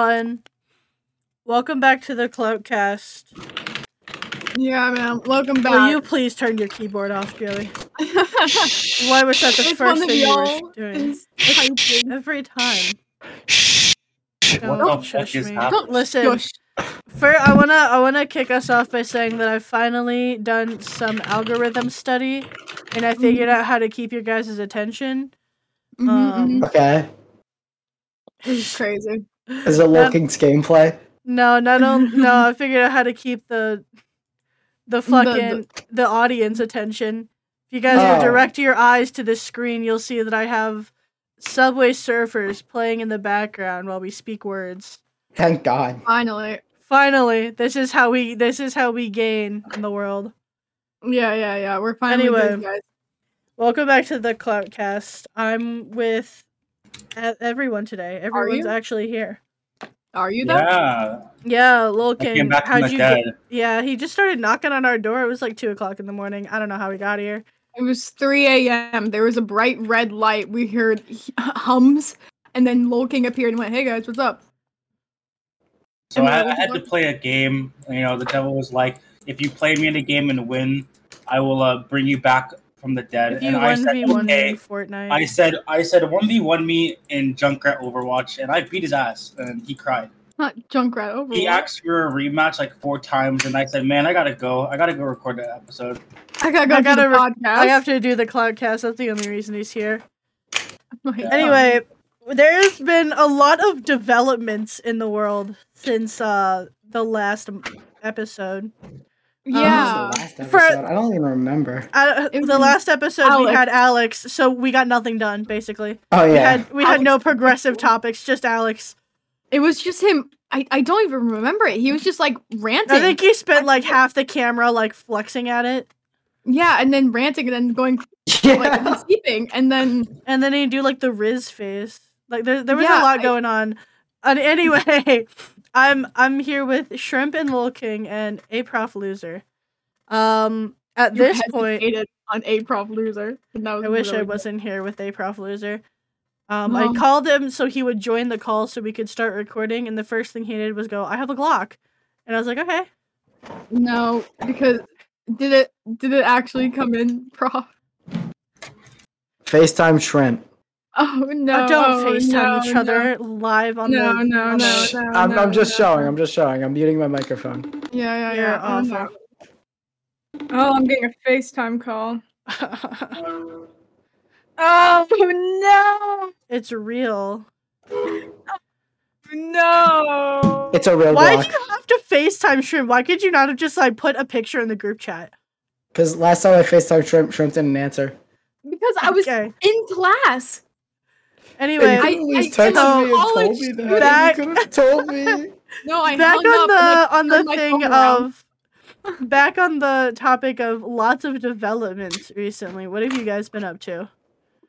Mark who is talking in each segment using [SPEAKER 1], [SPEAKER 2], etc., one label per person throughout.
[SPEAKER 1] One. Welcome back to the Cloakcast.
[SPEAKER 2] Yeah, man. Welcome back.
[SPEAKER 1] Will you please turn your keyboard off, Joey? Why was that the
[SPEAKER 2] it's
[SPEAKER 1] first
[SPEAKER 2] one of
[SPEAKER 1] thing you
[SPEAKER 2] y'all
[SPEAKER 1] were doing?
[SPEAKER 2] is typing.
[SPEAKER 1] Every time.
[SPEAKER 3] What
[SPEAKER 1] Don't
[SPEAKER 3] the
[SPEAKER 1] shush
[SPEAKER 3] fuck is
[SPEAKER 1] me.
[SPEAKER 3] happening?
[SPEAKER 1] Listen,
[SPEAKER 2] Gosh,
[SPEAKER 1] Fir I wanna I wanna kick us off by saying that I've finally done some algorithm study, and I figured
[SPEAKER 2] Mm.
[SPEAKER 1] out how to keep your guys' attention.
[SPEAKER 2] mhm,
[SPEAKER 1] Um,
[SPEAKER 2] mhm.
[SPEAKER 4] Okay.
[SPEAKER 2] It's crazy.
[SPEAKER 4] Is it
[SPEAKER 1] Not-
[SPEAKER 4] looking to gameplay?
[SPEAKER 1] No, not only no, I figured out how to keep the the fucking the, audience attention. If you guys will
[SPEAKER 4] Oh.
[SPEAKER 1] direct your eyes to this screen, you'll see that I have Subway Surfers playing in the background while we speak words.
[SPEAKER 4] Thank God.
[SPEAKER 2] Finally.
[SPEAKER 1] Finally, this is how we this is how we gain in the world.
[SPEAKER 2] Yeah, yeah, yeah. We're finally
[SPEAKER 1] Anyway.
[SPEAKER 2] good, guys.
[SPEAKER 1] Welcome back to the Cloutcast. I'm with e- everyone today. Everyone's
[SPEAKER 2] you?
[SPEAKER 1] actually here.
[SPEAKER 2] Are you there?
[SPEAKER 3] Yeah,
[SPEAKER 1] Yeah, Lil
[SPEAKER 3] I came
[SPEAKER 1] King.
[SPEAKER 3] back from
[SPEAKER 1] How'd
[SPEAKER 3] the
[SPEAKER 1] you
[SPEAKER 3] dead.
[SPEAKER 1] get? Yeah, he just started knocking on our door. It was like two o'clock in the morning. I don't know how he got here.
[SPEAKER 2] It was 3 a.m. There was a bright red light. We heard h- hums, and then Lol King appeared and went, "Hey guys, what's up?"
[SPEAKER 3] So
[SPEAKER 2] Am I
[SPEAKER 3] I, I
[SPEAKER 2] eligible?
[SPEAKER 3] had to play a game. You know, the devil was like, "If you play me in a game and win, I will uh, bring you back from the dead."
[SPEAKER 1] If you
[SPEAKER 3] And I
[SPEAKER 1] one
[SPEAKER 3] said,
[SPEAKER 1] v one
[SPEAKER 3] "Okay."
[SPEAKER 1] in Fortnite,
[SPEAKER 3] I said, "I said one v one me in Junkrat Overwatch," and I beat his ass, and he cried.
[SPEAKER 2] Not Junkrat over.
[SPEAKER 3] He asked for a rematch like four times, and I said, "Man, I gotta go. I gotta go record that episode."
[SPEAKER 2] I gotta go
[SPEAKER 1] I
[SPEAKER 2] to
[SPEAKER 1] gotta
[SPEAKER 2] the
[SPEAKER 1] re-
[SPEAKER 2] podcast.
[SPEAKER 1] I have to do the Cloutcast. That's the only reason he's here.
[SPEAKER 2] Like,
[SPEAKER 3] Yeah.
[SPEAKER 1] Anyway, there's been a lot of developments in the world since uh the last m- episode. um,
[SPEAKER 4] When
[SPEAKER 2] oh, yeah.
[SPEAKER 4] was the last
[SPEAKER 1] For-
[SPEAKER 4] episode? I don't even remember.
[SPEAKER 1] I,
[SPEAKER 2] It
[SPEAKER 1] Uh, the
[SPEAKER 2] was
[SPEAKER 1] last episode we
[SPEAKER 2] Alex.
[SPEAKER 1] had Alex, so we got nothing done basically.
[SPEAKER 4] Oh
[SPEAKER 1] We
[SPEAKER 4] yeah.
[SPEAKER 1] had we had no progressive topics, just Alex.
[SPEAKER 2] It was just him. I, I don't even remember it. He was just like ranting.
[SPEAKER 1] I think he spent like half the camera like flexing at it,
[SPEAKER 2] yeah, and then ranting and then going like and
[SPEAKER 4] yeah.
[SPEAKER 2] then sleeping and then
[SPEAKER 1] and then he do like the Riz face. Like there there was a
[SPEAKER 2] Yeah,
[SPEAKER 1] lot
[SPEAKER 2] I-
[SPEAKER 1] going on. And anyway, I'm I'm here with Shrimp and Lil King and A Prof Loser. Um, at
[SPEAKER 2] you
[SPEAKER 1] this point,
[SPEAKER 2] hesitated on a prop loser. And that was
[SPEAKER 1] I wish
[SPEAKER 2] really
[SPEAKER 1] I
[SPEAKER 2] good.
[SPEAKER 1] wasn't here with a prof loser. Um, I
[SPEAKER 2] Mom.
[SPEAKER 1] called him so he would join the call so we could start recording, and the first thing he did was go, "I have a Glock," and I was like, "Okay."
[SPEAKER 2] No, because did it did it actually come in prof?
[SPEAKER 4] FaceTime shrimp.
[SPEAKER 2] Oh no!
[SPEAKER 1] Oh, don't Facetime
[SPEAKER 2] no,
[SPEAKER 1] each other live on
[SPEAKER 2] No,
[SPEAKER 1] the.
[SPEAKER 2] no,
[SPEAKER 1] on
[SPEAKER 2] no,
[SPEAKER 1] the-
[SPEAKER 2] no.
[SPEAKER 4] I'm,
[SPEAKER 2] no,
[SPEAKER 4] I'm just
[SPEAKER 2] no.
[SPEAKER 4] showing. I'm just showing. I'm muting my microphone.
[SPEAKER 2] Yeah, yeah,
[SPEAKER 1] You're
[SPEAKER 2] yeah. Oh, no. oh, I'm getting a FaceTime call. Oh
[SPEAKER 1] it's real.
[SPEAKER 2] no! No!
[SPEAKER 4] It's a real
[SPEAKER 1] Why
[SPEAKER 4] block.
[SPEAKER 1] did you have to FaceTime Shrimp? Why could you not have just like put a picture in the group chat?
[SPEAKER 4] Because last time I FaceTime shrimp, shrimp didn't answer.
[SPEAKER 2] because I was
[SPEAKER 1] okay.
[SPEAKER 2] in class.
[SPEAKER 1] Anyway,
[SPEAKER 4] And
[SPEAKER 2] I-
[SPEAKER 4] you could've at least
[SPEAKER 2] I-
[SPEAKER 4] texted
[SPEAKER 1] so-
[SPEAKER 4] me and told me
[SPEAKER 2] college
[SPEAKER 4] that.
[SPEAKER 1] back-
[SPEAKER 4] You could have told me.
[SPEAKER 2] No, I
[SPEAKER 1] back
[SPEAKER 2] hung up
[SPEAKER 1] on
[SPEAKER 2] and I
[SPEAKER 1] the on
[SPEAKER 2] turned
[SPEAKER 1] the
[SPEAKER 2] my
[SPEAKER 1] thing
[SPEAKER 2] phone around.
[SPEAKER 1] of back on the topic of lots of developments recently. What have you guys been up to?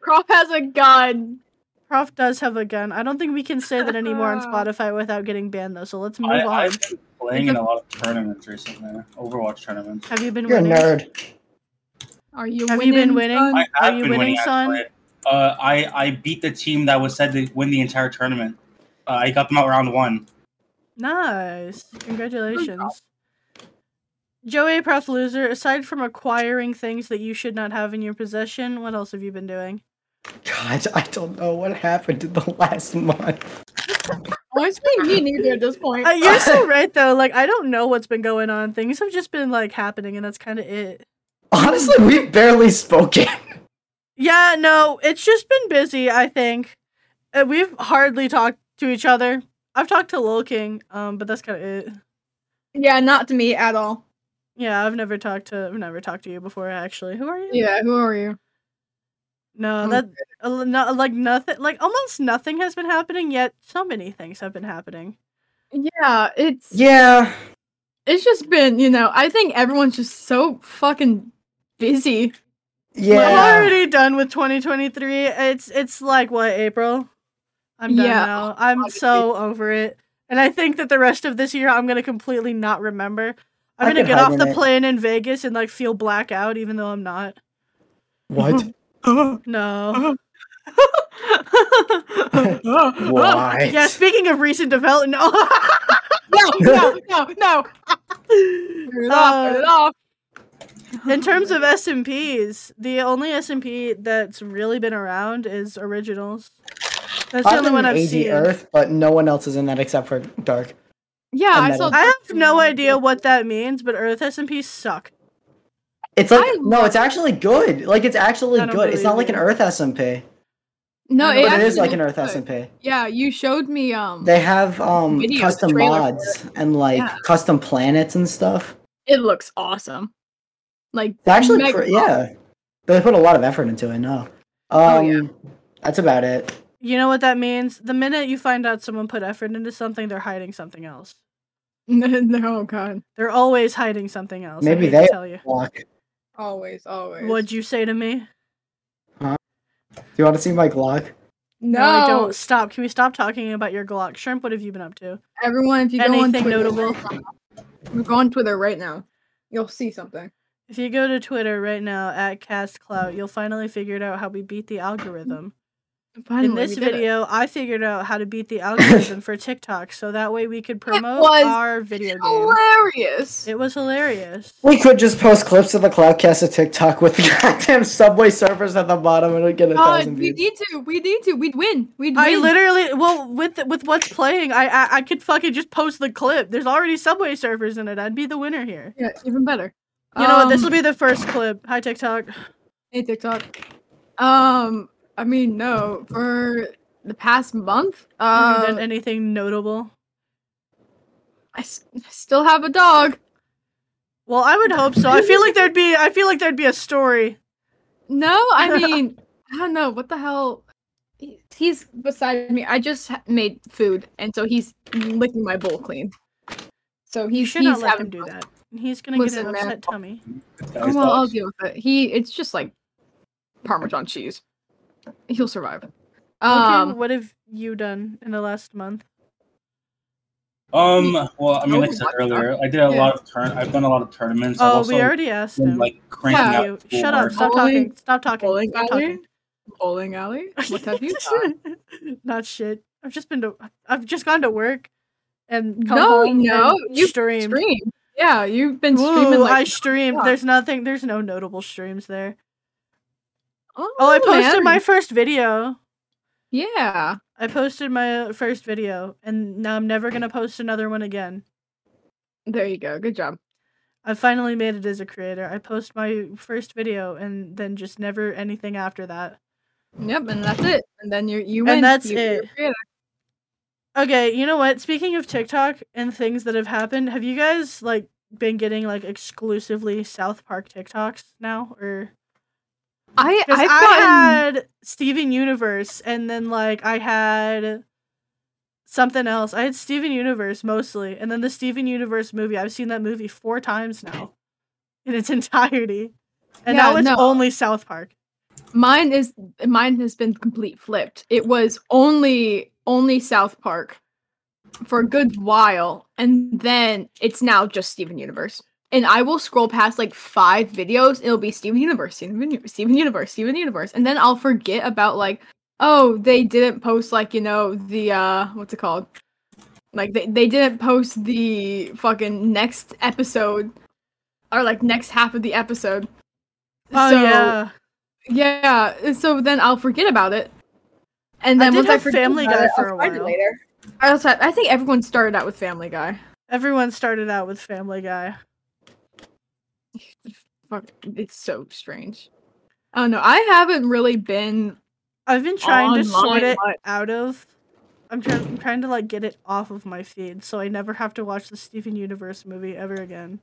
[SPEAKER 2] Prof has a gun.
[SPEAKER 1] Prof does have a gun. I don't think we can say that anymore on Spotify without getting banned though. So let's move
[SPEAKER 3] I,
[SPEAKER 1] on.
[SPEAKER 3] I've been playing in a lot of tournaments recently, Overwatch tournaments.
[SPEAKER 1] have you been
[SPEAKER 4] You're a
[SPEAKER 1] winning?
[SPEAKER 4] nerd.
[SPEAKER 2] Are you?
[SPEAKER 1] Have you
[SPEAKER 2] winning,
[SPEAKER 1] been winning?
[SPEAKER 2] son?
[SPEAKER 3] I
[SPEAKER 1] Are
[SPEAKER 3] have
[SPEAKER 1] you
[SPEAKER 3] been
[SPEAKER 1] winning,
[SPEAKER 3] winning,
[SPEAKER 1] son?
[SPEAKER 3] actually. Uh, I I beat the team that was said to win the entire tournament. Uh, I got them out round one.
[SPEAKER 1] Nice. Congratulations. Joey Prof loser, aside from acquiring things that you should not have in your possession, what else have you been doing?
[SPEAKER 4] God, I don't know what happened in the last month.
[SPEAKER 2] Honestly, me neither at this point.
[SPEAKER 1] Uh, you're so right though. Like I don't know what's been going on. Things have just been like happening and that's kind of it.
[SPEAKER 4] Honestly, we've barely spoken.
[SPEAKER 1] Yeah, no, it's just been busy, I think. Uh, we've hardly talked to each other. I've talked to Lil King, um, but that's kind of it.
[SPEAKER 2] yeah, not to me at all.
[SPEAKER 1] Yeah, I've never talked to I've never talked to you before actually. Who are you?
[SPEAKER 2] Yeah, who are you?
[SPEAKER 1] No,
[SPEAKER 2] Oh,
[SPEAKER 1] that uh, no, like nothing like almost nothing has been happening yet so many things have been happening.
[SPEAKER 2] Yeah, it's
[SPEAKER 4] Yeah.
[SPEAKER 2] it's just been you know. I think everyone's just so fucking busy.
[SPEAKER 1] I'm
[SPEAKER 4] Yeah.
[SPEAKER 1] already done with 2023. It's it's like what April. I'm done
[SPEAKER 2] Yeah,
[SPEAKER 1] now. I'm
[SPEAKER 2] obviously.
[SPEAKER 1] so over it. And I think that the rest of this year I'm gonna completely not remember. I'm
[SPEAKER 4] I
[SPEAKER 1] gonna
[SPEAKER 4] could
[SPEAKER 1] get off the
[SPEAKER 4] hibernate.
[SPEAKER 1] plane in Vegas and like feel blackout, even though I'm not.
[SPEAKER 4] What?
[SPEAKER 1] No,
[SPEAKER 4] Why?
[SPEAKER 1] Yeah, speaking of recent development.
[SPEAKER 2] no, no, no, no. Turn it off. Turn it off.
[SPEAKER 1] In terms of SMPs, the only SMP that's really been around is originals. That's the
[SPEAKER 4] I'm
[SPEAKER 1] only
[SPEAKER 4] in
[SPEAKER 1] one I've
[SPEAKER 4] AG
[SPEAKER 1] seen.
[SPEAKER 4] Earth, but no one else is in that except for Dark.
[SPEAKER 2] yeah,
[SPEAKER 4] I'm
[SPEAKER 2] I
[SPEAKER 4] not
[SPEAKER 2] saw.
[SPEAKER 4] in-
[SPEAKER 1] I have no idea what that means, but Earth SMPs suck.
[SPEAKER 4] It's like
[SPEAKER 2] I
[SPEAKER 4] no, it's actually good. Like it's actually
[SPEAKER 1] I don't
[SPEAKER 4] good. It's not
[SPEAKER 1] believe
[SPEAKER 4] like an
[SPEAKER 1] you.
[SPEAKER 4] Earth SMP,
[SPEAKER 2] No,
[SPEAKER 1] But
[SPEAKER 2] it,
[SPEAKER 4] but it
[SPEAKER 2] actually
[SPEAKER 4] is like an Earth
[SPEAKER 2] looks good.
[SPEAKER 4] SMP.
[SPEAKER 2] Yeah, you showed me. Um,
[SPEAKER 4] They have um
[SPEAKER 2] Video,
[SPEAKER 4] custom
[SPEAKER 2] trailer for
[SPEAKER 4] mods and like
[SPEAKER 2] Yeah.
[SPEAKER 4] custom planets and stuff.
[SPEAKER 2] it looks awesome. Like
[SPEAKER 4] It's actually
[SPEAKER 2] mega
[SPEAKER 4] pre-
[SPEAKER 2] awesome.
[SPEAKER 4] yeah, they put a lot of effort into it. No, um,
[SPEAKER 2] Oh, yeah.
[SPEAKER 4] that's about it.
[SPEAKER 1] You know what that means? The minute you find out someone put effort into something, they're hiding something else.
[SPEAKER 2] No, no, oh god.
[SPEAKER 1] They're always hiding something else. I
[SPEAKER 4] Maybe
[SPEAKER 1] hate to
[SPEAKER 4] they-
[SPEAKER 1] tell you.
[SPEAKER 4] Walk. Do
[SPEAKER 2] Always, always.
[SPEAKER 1] What'd you say to me?
[SPEAKER 4] you want to see my Glock?
[SPEAKER 2] No,
[SPEAKER 1] I don't. Stop. Can we stop talking about your Glock? Shrimp, what have you been up to?
[SPEAKER 2] Everyone, if you go on
[SPEAKER 1] Anything
[SPEAKER 2] Twitter,
[SPEAKER 1] notable?
[SPEAKER 2] you go on Twitter right now. You'll see something.
[SPEAKER 1] If you go to Twitter right now at CastClout, you'll finally figure out how we beat the algorithm. In
[SPEAKER 2] Finally,
[SPEAKER 1] this
[SPEAKER 2] we did it.
[SPEAKER 1] video, I figured out how to beat the algorithm for TikTok, so that way we could promote
[SPEAKER 2] was
[SPEAKER 1] our video game.
[SPEAKER 2] hilarious.
[SPEAKER 1] It was hilarious.
[SPEAKER 4] We could just post clips of the Cloudcast of TikTok with the goddamn Subway Surfers at the bottom and it'd get a
[SPEAKER 2] God,
[SPEAKER 4] thousand
[SPEAKER 2] we
[SPEAKER 4] views.
[SPEAKER 2] need to. We need to. We'd win. We'd
[SPEAKER 1] I
[SPEAKER 2] win.
[SPEAKER 1] literally, well, with with what's playing, I, I I could fucking just post the clip. There's already Subway Surfers in it. I'd be the winner here.
[SPEAKER 2] Yeah, even better.
[SPEAKER 1] You know what? This will
[SPEAKER 2] Um,
[SPEAKER 1] be the first clip. Hi TikTok.
[SPEAKER 2] Hey TikTok. Um, I mean, no. For the past month,
[SPEAKER 1] Have you done
[SPEAKER 2] um,
[SPEAKER 1] anything notable?
[SPEAKER 2] I s- still have a dog.
[SPEAKER 1] Well, I would hope so. I feel like there'd be I feel like there'd be a story.
[SPEAKER 2] No, I mean, I don't know what the hell. He- He's beside me. I just ha- made food, and so he's licking my bowl clean. So
[SPEAKER 1] You
[SPEAKER 2] he's
[SPEAKER 1] should
[SPEAKER 2] he's
[SPEAKER 1] not let
[SPEAKER 2] having
[SPEAKER 1] him do
[SPEAKER 2] fun.
[SPEAKER 1] that. He's gonna
[SPEAKER 2] Listen,
[SPEAKER 1] get an
[SPEAKER 2] man.
[SPEAKER 1] upset tummy.
[SPEAKER 3] That was
[SPEAKER 2] Well, I'll
[SPEAKER 3] dogs.
[SPEAKER 2] deal with it. He it's just like Parmesan cheese. He'll survive. Um,
[SPEAKER 1] Logan, what have you done in the last month?
[SPEAKER 3] Um. Well, I mean, like I said
[SPEAKER 2] Overwatch,
[SPEAKER 3] earlier, I did a
[SPEAKER 2] Yeah.
[SPEAKER 3] lot of turn. I've done a lot of tournaments. I've
[SPEAKER 1] Oh,
[SPEAKER 3] also
[SPEAKER 1] we already asked
[SPEAKER 3] been,
[SPEAKER 1] him.
[SPEAKER 3] like cranking
[SPEAKER 1] Fuck
[SPEAKER 3] out.
[SPEAKER 1] you. Shut up.
[SPEAKER 3] schoolwork.
[SPEAKER 1] Stop
[SPEAKER 2] Bowling-
[SPEAKER 1] talking. Stop talking.
[SPEAKER 2] bowling
[SPEAKER 1] Stop
[SPEAKER 2] alley?
[SPEAKER 1] talking.
[SPEAKER 2] bowling alley. What have you done?
[SPEAKER 1] Not shit. I've just been to I've just gone to work and come
[SPEAKER 2] No,
[SPEAKER 1] home
[SPEAKER 2] no,
[SPEAKER 1] and
[SPEAKER 2] you
[SPEAKER 1] streamed.
[SPEAKER 2] Stream. Yeah, you've been streaming.
[SPEAKER 1] Ooh,
[SPEAKER 2] like,
[SPEAKER 1] I streamed.
[SPEAKER 2] fuck.
[SPEAKER 1] There's nothing there's no notable streams there. Oh, I posted
[SPEAKER 2] man.
[SPEAKER 1] my first video.
[SPEAKER 2] Yeah.
[SPEAKER 1] I posted my first video and now I'm never going to post another one again.
[SPEAKER 2] There you go. Good job.
[SPEAKER 1] I finally made it as a creator. I post my first video and then just never anything after that.
[SPEAKER 2] Yep, and that's it. And then you you
[SPEAKER 1] And
[SPEAKER 2] win.
[SPEAKER 1] that's
[SPEAKER 2] You- you're
[SPEAKER 1] it.
[SPEAKER 2] creative.
[SPEAKER 1] Okay, you know what? Speaking of TikTok and things that have happened, have you guys like been getting like exclusively South Park TikToks now or
[SPEAKER 2] I
[SPEAKER 1] cuz
[SPEAKER 2] I've
[SPEAKER 1] I
[SPEAKER 2] gotten
[SPEAKER 1] had Steven Universe and then like I had something else. I had Steven Universe mostly and then the Steven Universe movie. I've seen that movie 4 times now in its entirety. And
[SPEAKER 2] Yeah,
[SPEAKER 1] now it's
[SPEAKER 2] no.
[SPEAKER 1] only South Park.
[SPEAKER 2] mine is mine has been complete flipped. It was only only South Park for a good while, and then it's now just Steven Universe. And I will scroll past like five videos. It'll be Steven Universe, Steven, Uni- Steven Universe, Steven Universe, and then I'll forget about like, oh, they didn't post like you know the uh what's it called, like they they didn't post the fucking next episode or like next half of the episode.
[SPEAKER 1] Oh
[SPEAKER 2] So-
[SPEAKER 1] yeah.
[SPEAKER 2] yeah, and so then I'll forget about it. And
[SPEAKER 1] I
[SPEAKER 2] then
[SPEAKER 1] did
[SPEAKER 2] once I
[SPEAKER 1] have
[SPEAKER 2] forget
[SPEAKER 1] Family
[SPEAKER 2] about
[SPEAKER 1] Guy
[SPEAKER 2] it, I'll
[SPEAKER 1] for a
[SPEAKER 2] find it
[SPEAKER 1] while.
[SPEAKER 2] later. I also I think everyone started out with Family Guy.
[SPEAKER 1] Everyone started out with Family Guy.
[SPEAKER 2] Fuck, it's so strange. Oh no, I haven't really been
[SPEAKER 1] I've been trying
[SPEAKER 2] Oh,
[SPEAKER 1] to sort
[SPEAKER 2] Online,
[SPEAKER 1] it
[SPEAKER 2] but-
[SPEAKER 1] out of. I'm trying. I'm trying to like get it off of my feed, so I never have to watch the Steven Universe movie ever again.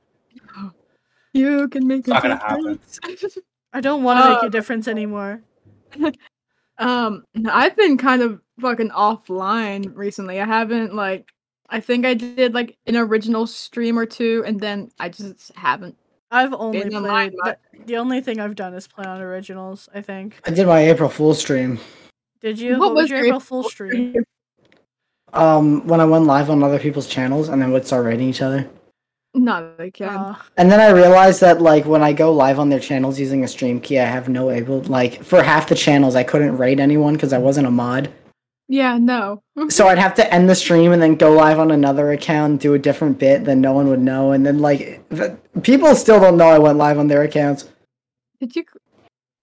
[SPEAKER 2] you can make
[SPEAKER 3] It's not gonna happen.
[SPEAKER 1] I don't want to make
[SPEAKER 2] Oh.
[SPEAKER 1] a difference anymore.
[SPEAKER 2] Um, I've been kind of fucking offline recently. I haven't like I think I did like an original stream or two and then I just haven't
[SPEAKER 1] I've only
[SPEAKER 2] been online
[SPEAKER 1] played.
[SPEAKER 2] much.
[SPEAKER 1] The, the only thing I've done is play on originals. I think.
[SPEAKER 4] I did my April Fool stream.
[SPEAKER 1] Did you?
[SPEAKER 2] What
[SPEAKER 1] was
[SPEAKER 2] was
[SPEAKER 1] your
[SPEAKER 2] your
[SPEAKER 1] April Fool stream?
[SPEAKER 4] Um, when I went live on other people's channels and then would start rating each other.
[SPEAKER 2] Not again.
[SPEAKER 1] Uh,
[SPEAKER 4] And then I realized that like when I go live on their channels using a stream key, I have no able like for half the channels I couldn't rate anyone because I wasn't a mod.
[SPEAKER 2] yeah, no.
[SPEAKER 4] So I'd have to end the stream and then go live on another account, do a different bit, then no one would know. And then like the, people still don't know I went live on their accounts.
[SPEAKER 2] Did you?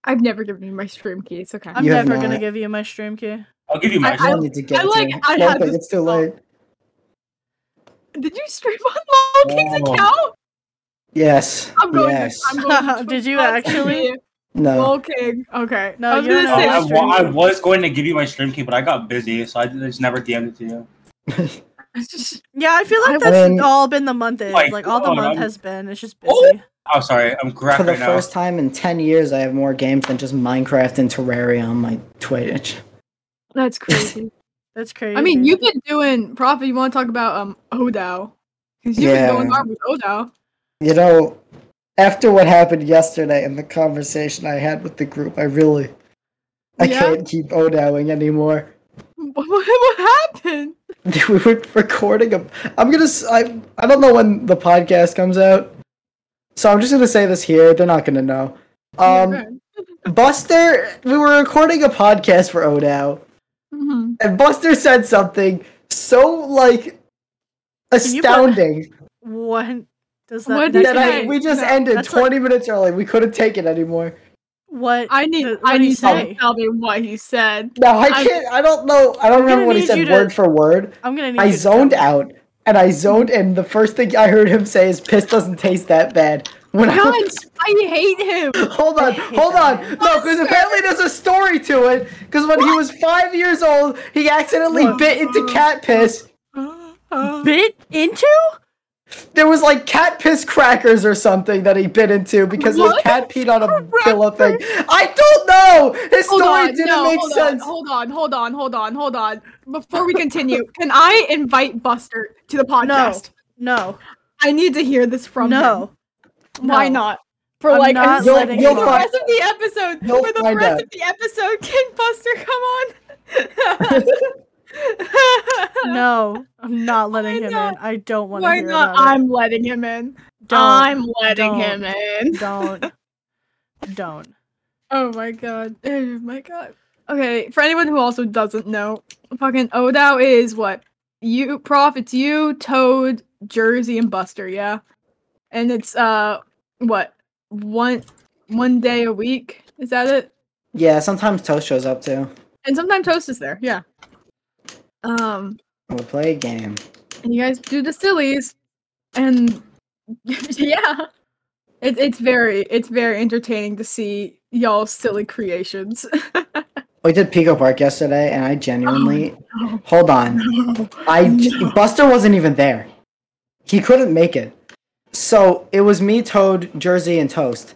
[SPEAKER 2] I've never given you my stream key. It's okay.
[SPEAKER 1] I'm
[SPEAKER 4] You have
[SPEAKER 1] never gonna
[SPEAKER 4] not.
[SPEAKER 1] give you my stream key.
[SPEAKER 3] I'll give you
[SPEAKER 2] I-
[SPEAKER 3] my.
[SPEAKER 4] I, need to get
[SPEAKER 2] I
[SPEAKER 4] to
[SPEAKER 2] like-
[SPEAKER 4] it.
[SPEAKER 2] I
[SPEAKER 4] Don't
[SPEAKER 2] had
[SPEAKER 4] think
[SPEAKER 2] this
[SPEAKER 4] it's too
[SPEAKER 2] thought.
[SPEAKER 4] late.
[SPEAKER 2] Did you stream on Lol King's
[SPEAKER 3] Oh.
[SPEAKER 2] account?
[SPEAKER 4] Yes.
[SPEAKER 2] I'm going. to-
[SPEAKER 4] yes. Uh,
[SPEAKER 2] I'm going to
[SPEAKER 1] Did you
[SPEAKER 2] Twitch. That's
[SPEAKER 1] actually?
[SPEAKER 2] me.
[SPEAKER 4] no.
[SPEAKER 2] Lol King. Okay.
[SPEAKER 1] No,
[SPEAKER 2] I was
[SPEAKER 1] you're
[SPEAKER 2] gonna
[SPEAKER 3] Oh,
[SPEAKER 1] not.
[SPEAKER 2] say.
[SPEAKER 3] I,
[SPEAKER 1] Same
[SPEAKER 3] wa- I
[SPEAKER 1] stream.
[SPEAKER 3] was going to give you my stream key, but I got busy, so I just never DM'd it to you.
[SPEAKER 1] Yeah, I feel
[SPEAKER 2] I
[SPEAKER 1] like that's
[SPEAKER 4] went-
[SPEAKER 1] all been the month is.
[SPEAKER 3] Like,
[SPEAKER 1] Like all the
[SPEAKER 3] hold
[SPEAKER 1] month
[SPEAKER 3] on.
[SPEAKER 1] has been. It's just busy.
[SPEAKER 3] Oh! Oh, sorry, I'm
[SPEAKER 4] For
[SPEAKER 3] correct
[SPEAKER 4] the
[SPEAKER 3] right now.
[SPEAKER 4] first time in ten years, I have more games than just Minecraft and Terraria on my Twitch.
[SPEAKER 2] That's crazy.
[SPEAKER 1] That's crazy.
[SPEAKER 2] I mean, you've been doing profit. You want to talk about um Odow? Because you've been going
[SPEAKER 4] Yeah.
[SPEAKER 2] hard with Odow.
[SPEAKER 4] You know, after what happened yesterday and the conversation I had with the group, I really, I
[SPEAKER 2] Yeah?
[SPEAKER 4] can't keep odowing anymore.
[SPEAKER 2] What, what happened?
[SPEAKER 4] we were recording a. I'm gonna. s- I I don't know when the podcast comes out, so I'm just gonna say this here. They're not gonna know. Um, Buster, we were recording a podcast for Odow,
[SPEAKER 2] hmm
[SPEAKER 4] and Buster said something so like
[SPEAKER 1] you put-
[SPEAKER 4] astounding
[SPEAKER 1] what does that?
[SPEAKER 2] What
[SPEAKER 1] that
[SPEAKER 2] did
[SPEAKER 4] that
[SPEAKER 1] can-
[SPEAKER 4] I,
[SPEAKER 2] Okay,
[SPEAKER 4] we just
[SPEAKER 2] no,
[SPEAKER 4] ended
[SPEAKER 1] that's like-
[SPEAKER 4] 20 minutes early. We couldn't take it anymore.
[SPEAKER 1] what
[SPEAKER 2] I need.
[SPEAKER 1] the- what
[SPEAKER 2] I
[SPEAKER 1] do you
[SPEAKER 2] need someone to
[SPEAKER 1] say?
[SPEAKER 2] tell me what he said.
[SPEAKER 4] No, I
[SPEAKER 2] I-
[SPEAKER 4] can't. I don't know. I don't remember what he
[SPEAKER 1] need
[SPEAKER 4] said
[SPEAKER 1] you to-
[SPEAKER 4] word for word.
[SPEAKER 1] I'm gonna need.
[SPEAKER 4] I
[SPEAKER 1] you to
[SPEAKER 4] zoned
[SPEAKER 1] tell me.
[SPEAKER 4] out, and I zoned, and the first thing I heard him say is, "Piss doesn't taste that bad." When I
[SPEAKER 2] God,
[SPEAKER 4] was,
[SPEAKER 2] I hate him.
[SPEAKER 4] hold
[SPEAKER 1] I
[SPEAKER 4] on,
[SPEAKER 1] hate
[SPEAKER 4] hold
[SPEAKER 1] that
[SPEAKER 4] on,
[SPEAKER 1] man.
[SPEAKER 4] no, because apparently there's a story to it. Because when he was five years old, he accidentally
[SPEAKER 1] What?
[SPEAKER 4] bit into cat piss.
[SPEAKER 1] Bit into?
[SPEAKER 4] There was like cat piss crackers or something that he bit into because his
[SPEAKER 2] What?
[SPEAKER 4] cat peed on a pillow thing. I don't know. His
[SPEAKER 2] Hold
[SPEAKER 4] story
[SPEAKER 2] on,
[SPEAKER 4] didn't
[SPEAKER 2] no,
[SPEAKER 4] make
[SPEAKER 2] hold
[SPEAKER 4] sense.
[SPEAKER 2] On, hold on, hold on, hold on, hold on. Before we continue, can I invite Buster to the podcast?
[SPEAKER 1] No,
[SPEAKER 2] I need to hear this from
[SPEAKER 1] no.
[SPEAKER 2] him. Why
[SPEAKER 1] no.
[SPEAKER 2] not? For
[SPEAKER 1] I'm
[SPEAKER 2] like
[SPEAKER 1] not
[SPEAKER 2] a,
[SPEAKER 1] letting
[SPEAKER 4] You'll-
[SPEAKER 2] for
[SPEAKER 1] you
[SPEAKER 2] the
[SPEAKER 1] on.
[SPEAKER 4] find-
[SPEAKER 2] rest of the episode.
[SPEAKER 4] You'll
[SPEAKER 2] for the
[SPEAKER 4] find
[SPEAKER 2] rest
[SPEAKER 4] out.
[SPEAKER 2] of the episode, can Buster come on?
[SPEAKER 1] No, I'm not letting
[SPEAKER 2] Why
[SPEAKER 1] him
[SPEAKER 2] not?
[SPEAKER 1] in. I don't want to
[SPEAKER 2] Oh Why
[SPEAKER 1] hear
[SPEAKER 2] not?
[SPEAKER 1] about it.
[SPEAKER 2] I'm letting him in.
[SPEAKER 1] Don't,
[SPEAKER 2] I'm letting
[SPEAKER 1] don't.
[SPEAKER 2] him in.
[SPEAKER 1] don't, don't.
[SPEAKER 2] Oh my god. Oh my god. Okay, for anyone who also doesn't know, fucking Odow is what? You Prof, it's you, Toad, Jersey, and Buster, yeah. And it's uh what? One one day a week? Is that it?
[SPEAKER 4] Yeah, sometimes Toast shows up too.
[SPEAKER 2] And sometimes Toast is there, yeah. Um
[SPEAKER 4] We'll play a game.
[SPEAKER 2] and you guys do the sillies and yeah. It, it's very it's very entertaining to see y'all's silly creations.
[SPEAKER 4] We did Pico Park yesterday, and I genuinely hold on. I
[SPEAKER 2] Oh No.
[SPEAKER 4] Buster wasn't even there. He couldn't make it, so it was me, Toad, Jersey, and Toast.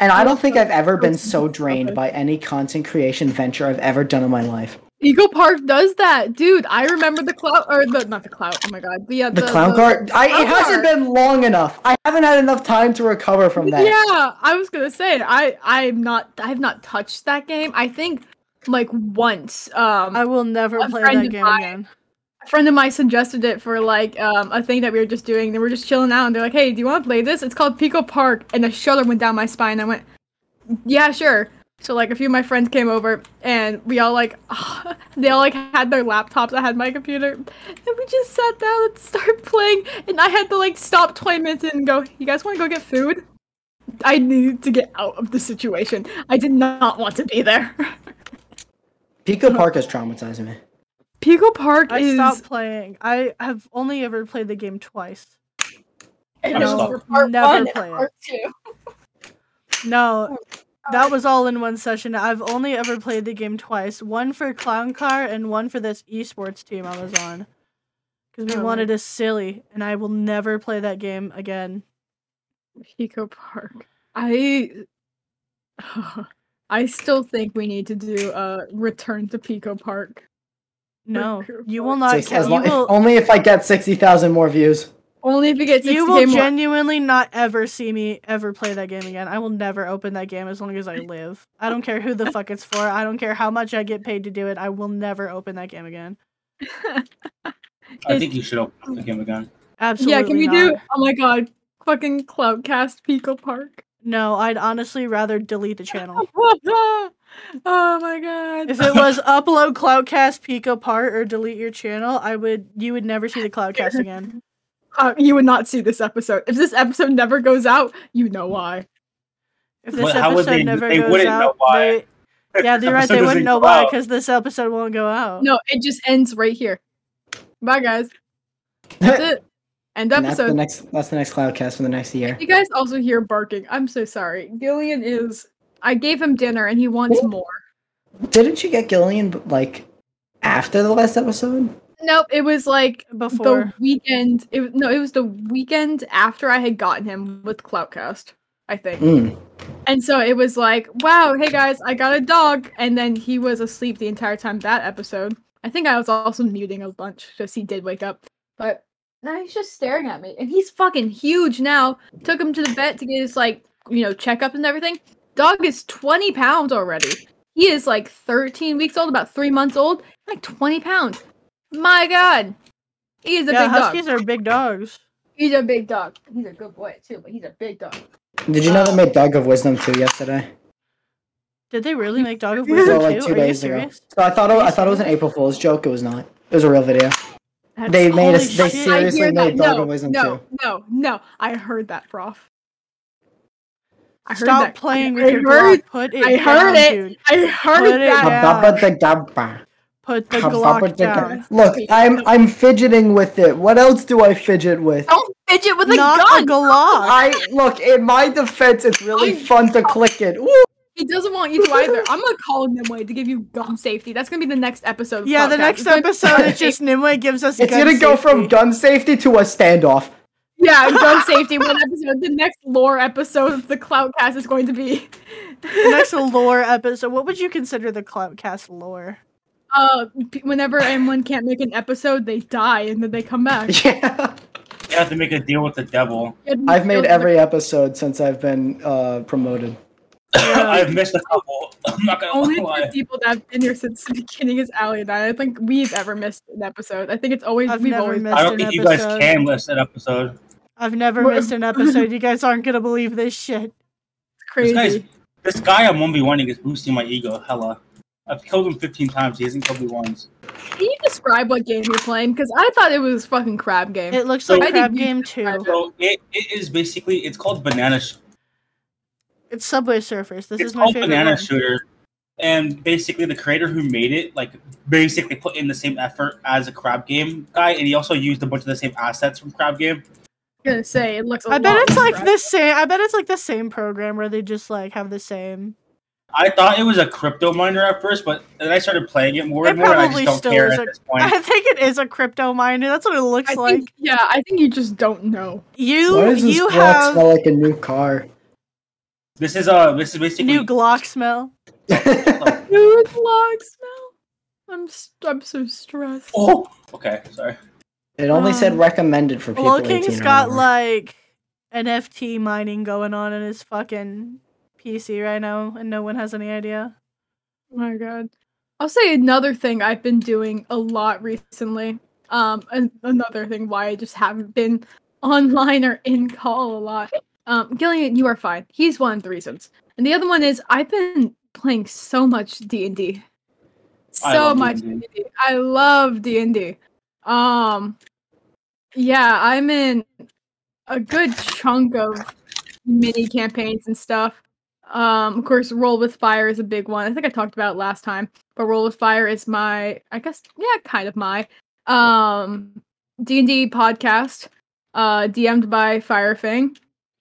[SPEAKER 4] And I don't think I've ever been so drained by any content creation venture I've ever done in my life.
[SPEAKER 2] Eagle Park does that, dude. I remember the clout or the not the clout. Oh my god, the uh,
[SPEAKER 4] The clown cart, I,
[SPEAKER 2] clown
[SPEAKER 4] it hasn't
[SPEAKER 2] car.
[SPEAKER 4] been long enough. I haven't had enough time to recover from that.
[SPEAKER 2] Yeah, I was gonna say I I'm not I've not touched that game. I think like once um
[SPEAKER 1] I will never
[SPEAKER 2] A
[SPEAKER 1] play
[SPEAKER 2] friend
[SPEAKER 1] that
[SPEAKER 2] of
[SPEAKER 1] game
[SPEAKER 2] mine-
[SPEAKER 1] again.
[SPEAKER 2] a friend of mine suggested it for like um a thing that we were just doing. They were just chilling out and they're like, hey, do you want to play this? It's called Pico Park, and a shudder went down my spine. I went, yeah, sure. So like a few of my friends came over and we all like they all like had their laptops. I had my computer and we just sat down and started playing. And I had to like stop 20 minutes in and go, you guys want to go get food? I needed to get out of the situation. I did not want to be there.
[SPEAKER 4] Pico Park is traumatizing me.
[SPEAKER 2] Pico Park
[SPEAKER 1] I
[SPEAKER 2] is
[SPEAKER 1] stopped playing. I have only ever played the game twice.
[SPEAKER 2] and
[SPEAKER 3] I
[SPEAKER 2] it was
[SPEAKER 3] stopped.
[SPEAKER 2] for part
[SPEAKER 1] Never
[SPEAKER 2] one and
[SPEAKER 1] play it.
[SPEAKER 2] part two. Oh
[SPEAKER 1] No, that was all in one session. I've only ever played the game twice. One for Clown Car and one for this esports team I was on. Because we
[SPEAKER 2] Oh my-
[SPEAKER 1] wanted a silly, and I will never play that game again.
[SPEAKER 2] Pico Park. I I still think we need to do a return to Pico Park.
[SPEAKER 1] No,
[SPEAKER 2] Parker
[SPEAKER 1] you
[SPEAKER 2] Park.
[SPEAKER 1] will not.
[SPEAKER 4] Six- as
[SPEAKER 1] you
[SPEAKER 4] long- if-
[SPEAKER 1] will,
[SPEAKER 4] only if I get sixty thousand more views.
[SPEAKER 2] Only if we get 60k
[SPEAKER 1] you will
[SPEAKER 2] more.
[SPEAKER 1] genuinely not ever see me ever play that game again. I will never open that game as long as I live. I don't care who the fuck it's for. I don't care how much I get paid to do it. I will never open that game again.
[SPEAKER 3] I think you should open up the game again.
[SPEAKER 1] Absolutely.
[SPEAKER 2] yeah, can we
[SPEAKER 1] not.
[SPEAKER 2] do? Oh my god, fucking Cloudcast Pico Park.
[SPEAKER 1] No, I'd honestly rather delete the channel.
[SPEAKER 2] oh my god.
[SPEAKER 1] if it was upload Cloudcast Pico part or delete your channel, I would. You would never see the Cloudcast again.
[SPEAKER 2] Uh, you would not see this episode. If this episode never goes out, you know why.
[SPEAKER 1] If this
[SPEAKER 3] Well, how would
[SPEAKER 1] episode
[SPEAKER 3] they-
[SPEAKER 1] never
[SPEAKER 3] they
[SPEAKER 1] goes
[SPEAKER 3] wouldn't
[SPEAKER 1] out,
[SPEAKER 3] know why.
[SPEAKER 1] they- yeah, you're right. They
[SPEAKER 3] Episode doesn't
[SPEAKER 1] wouldn't know
[SPEAKER 3] go
[SPEAKER 1] why
[SPEAKER 3] out.
[SPEAKER 1] because this episode won't go out.
[SPEAKER 2] No, it just ends right here. Bye guys. That's it. End
[SPEAKER 4] And that's the
[SPEAKER 2] episode.
[SPEAKER 4] next. That's the next cloudcast for the next year.
[SPEAKER 2] You guys also hear barking. I'm so sorry. Gillian is. I gave him dinner and he wants more.
[SPEAKER 4] Didn't you get Gillian like after the last episode?
[SPEAKER 2] Nope, it was like
[SPEAKER 1] before.
[SPEAKER 2] the weekend. It was- no, it was the weekend after I had gotten him with Cloutcast, I think.
[SPEAKER 4] Mm.
[SPEAKER 2] And so it was like, wow, hey guys, I got a dog. And then he was asleep the entire time that episode. I think I was also muting a bunch because he did wake up. But now he's just staring at me. And he's fucking huge now. Took him to the vet to get his, like, you know, checkup and everything. Dog is 20 pounds already. He is like 13 weeks old, about three months old, like 20 pounds. My God. He is a
[SPEAKER 1] yeah,
[SPEAKER 2] big
[SPEAKER 1] huskies
[SPEAKER 2] dog.
[SPEAKER 1] are big dogs.
[SPEAKER 2] He's a big dog. He's a good boy, too, but he's a big dog.
[SPEAKER 4] Did you know they made Dog of Wisdom too yesterday?
[SPEAKER 1] Did they really make Dog of
[SPEAKER 4] So
[SPEAKER 1] Wisdom
[SPEAKER 4] like
[SPEAKER 1] too?
[SPEAKER 4] two
[SPEAKER 1] Are you
[SPEAKER 4] days ago.
[SPEAKER 1] serious?
[SPEAKER 4] So I thought it, I thought it was an April Fool's joke. It was not. It was a real video. They made
[SPEAKER 1] Holy
[SPEAKER 4] us. They
[SPEAKER 1] shit.
[SPEAKER 2] I hear
[SPEAKER 4] seriously
[SPEAKER 2] that.
[SPEAKER 4] made Dog
[SPEAKER 2] No,
[SPEAKER 4] of Wisdom
[SPEAKER 2] no,
[SPEAKER 4] too.
[SPEAKER 2] no, no. I heard that, Prof. I heard
[SPEAKER 1] Stop
[SPEAKER 2] that.
[SPEAKER 1] playing
[SPEAKER 2] I
[SPEAKER 1] with your
[SPEAKER 2] heard-
[SPEAKER 1] Glock. Put it
[SPEAKER 2] I
[SPEAKER 1] down,
[SPEAKER 2] heard it.
[SPEAKER 1] dude.
[SPEAKER 2] I heard
[SPEAKER 1] Put it
[SPEAKER 2] that.
[SPEAKER 1] down.
[SPEAKER 4] Kababadabba.
[SPEAKER 1] Put the Glock down.
[SPEAKER 4] Kababadabba. Look, I'm I'm fidgeting with it. What else do I fidget with?
[SPEAKER 1] Oh.
[SPEAKER 2] Don't fidget with a
[SPEAKER 1] Not
[SPEAKER 2] gun.
[SPEAKER 1] a Glock.
[SPEAKER 4] I look in my defense. It's really
[SPEAKER 1] Oh.
[SPEAKER 2] I'm-
[SPEAKER 4] fun to click it. Woo!
[SPEAKER 2] He doesn't want you to either. I'm gonna call Nimue to give you gun safety. That's gonna be the next episode. of
[SPEAKER 1] Yeah, the
[SPEAKER 2] Podcast.
[SPEAKER 1] next
[SPEAKER 2] It's gonna be
[SPEAKER 1] episode
[SPEAKER 2] gun
[SPEAKER 1] is just Nimue gives us.
[SPEAKER 4] It's
[SPEAKER 1] gun
[SPEAKER 4] gonna go from
[SPEAKER 1] safety.
[SPEAKER 4] gun safety to a standoff.
[SPEAKER 2] safety. yeah, gun safety. One episode. The next lore episode of the Cloudcast is going to be.
[SPEAKER 1] the next lore episode. What would you consider the Cloudcast lore?
[SPEAKER 2] Uh, p- whenever anyone can't make an episode, they die and then they come back.
[SPEAKER 4] Yeah.
[SPEAKER 3] You have to make a deal with the devil.
[SPEAKER 4] I've made every episode since I've been uh, promoted.
[SPEAKER 3] I've missed a couple. I'm not gonna
[SPEAKER 2] Only
[SPEAKER 3] lie.
[SPEAKER 2] the people that have been here since the beginning is Allie and I. I think we've ever missed an episode. I think it's always
[SPEAKER 1] I've
[SPEAKER 2] we've
[SPEAKER 1] never
[SPEAKER 2] always
[SPEAKER 1] missed
[SPEAKER 3] I don't
[SPEAKER 1] an
[SPEAKER 3] think you guys
[SPEAKER 1] episode.
[SPEAKER 3] can list an episode.
[SPEAKER 1] I've never
[SPEAKER 2] We're-
[SPEAKER 1] missed an episode. You guys aren't gonna believe this shit.
[SPEAKER 2] crazy.
[SPEAKER 3] This guy's this guy I'm one v one is boosting my ego. Hella, I've killed him 15 times. He hasn't killed me once.
[SPEAKER 2] Can you describe what game you're playing? Because I thought it was fucking crab game.
[SPEAKER 1] It looks
[SPEAKER 3] So-
[SPEAKER 1] like
[SPEAKER 2] I
[SPEAKER 1] Crab
[SPEAKER 2] think you
[SPEAKER 1] Game
[SPEAKER 2] described
[SPEAKER 1] Two.
[SPEAKER 2] it.
[SPEAKER 3] So it, it is basically it's called banana. Sh-
[SPEAKER 1] It's Subway Surfers. This
[SPEAKER 3] it's
[SPEAKER 1] is my
[SPEAKER 3] called
[SPEAKER 1] favorite
[SPEAKER 3] banana
[SPEAKER 1] one.
[SPEAKER 3] shooter, and basically the creator who made it like basically put in the same effort as a crab game guy, and he also used a bunch of the same assets from crab game.
[SPEAKER 2] I'm gonna say it looks. I
[SPEAKER 1] I bet it's like the same. I bet it's like the same program where they just like have the same.
[SPEAKER 3] I thought it was a crypto miner at first, but then I started playing it more
[SPEAKER 1] It
[SPEAKER 3] and more, and I
[SPEAKER 1] probably
[SPEAKER 3] just
[SPEAKER 1] still
[SPEAKER 3] don't care
[SPEAKER 1] is
[SPEAKER 3] at
[SPEAKER 1] a-
[SPEAKER 3] this point.
[SPEAKER 1] I think it is a crypto miner. That's what it looks
[SPEAKER 2] I
[SPEAKER 1] like.
[SPEAKER 2] think, yeah, I think you just don't know.
[SPEAKER 1] you
[SPEAKER 4] Why does this
[SPEAKER 1] you
[SPEAKER 4] block
[SPEAKER 1] have
[SPEAKER 4] smell like a new car?
[SPEAKER 3] This is uh, this is basically
[SPEAKER 1] new Glock smell.
[SPEAKER 4] Wait,
[SPEAKER 2] Food log smell. I'm st- I'm so stressed.
[SPEAKER 3] oh, okay, sorry.
[SPEAKER 4] It only said
[SPEAKER 1] Um,
[SPEAKER 4] recommended for people.
[SPEAKER 1] Well,
[SPEAKER 4] 18
[SPEAKER 1] King's
[SPEAKER 4] or
[SPEAKER 1] got
[SPEAKER 4] older.
[SPEAKER 1] like NFT mining going on in his fucking PC right now, and no one has any idea.
[SPEAKER 2] Oh my god. I'll say another thing I've been doing a lot recently. Um, an- another thing why I just haven't been online or in call a lot. Um, Gillian, you are fine. He's one of the reasons, and the other one is I've been playing so much D and D,
[SPEAKER 3] I
[SPEAKER 2] so
[SPEAKER 3] love
[SPEAKER 2] much.
[SPEAKER 3] D&D.
[SPEAKER 2] D&D. I love D and D. Um, yeah, I'm in a good chunk of mini campaigns and stuff. Um, of course, Roll with Fire is a big one. I think I talked about it last time, but Roll with Fire is my, I guess, yeah, kind of my um D and D podcast, uh, DM'd by Firefang,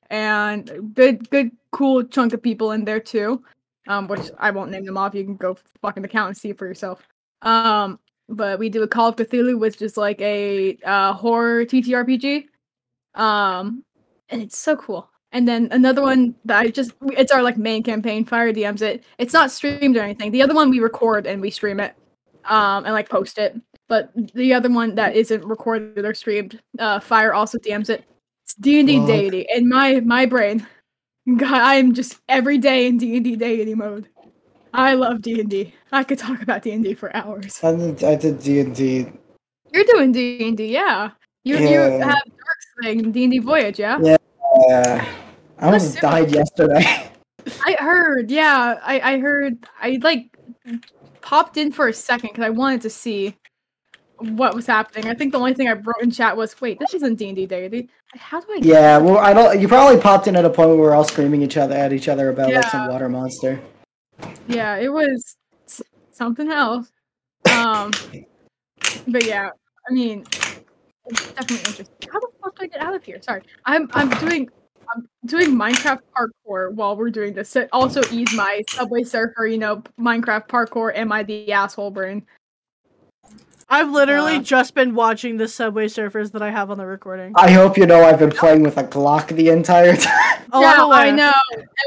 [SPEAKER 2] and a good, good, cool chunk of people in there too. Um, which I won't name them off. You can go fucking account and see for yourself. Um, but we do a Call of Cthulhu, which is like a uh, horror TTRPG. Um, and it's so cool. And then another one that I just we- it's our like main campaign, Fire DMs it. It's not streamed or anything. The other one we record and we stream it. Um and like post it. But the other one that isn't recorded or streamed, uh Fire also DMs it. It's D and D
[SPEAKER 4] Fuck.
[SPEAKER 2] deity. And my my brain, God, I am just every day in D and D deity mode. I love D and D. I could talk about D and D for hours.
[SPEAKER 4] I did, I did D and D.
[SPEAKER 2] You're doing D and D, yeah. You you
[SPEAKER 4] Yeah.
[SPEAKER 2] have thing, D and D Voyage. Yeah,
[SPEAKER 4] Uh, I almost died yesterday.
[SPEAKER 2] I heard. Yeah, I I heard. I like popped in for a second because I wanted to see what was happening. I think the only thing I wrote in chat was, "Wait, this isn't D and D Deity. How do I?" get
[SPEAKER 4] yeah, well, I don't. You probably popped in at a point where we we're all screaming each other at each other about like
[SPEAKER 2] Yeah.
[SPEAKER 4] some water monster.
[SPEAKER 2] yeah it was s- something else um but yeah i mean it's definitely interesting how the fuck do i get out of here sorry i'm i'm doing i'm doing minecraft parkour while we're doing this to also ease my subway surfer you know minecraft parkour am i the asshole brain
[SPEAKER 1] I've literally
[SPEAKER 2] Uh.
[SPEAKER 1] just been watching the Subway Surfers that I have on the recording.
[SPEAKER 4] I hope you know I've been playing with a Glock the entire time.
[SPEAKER 1] Oh, I'm
[SPEAKER 2] yeah i
[SPEAKER 1] aware.
[SPEAKER 2] know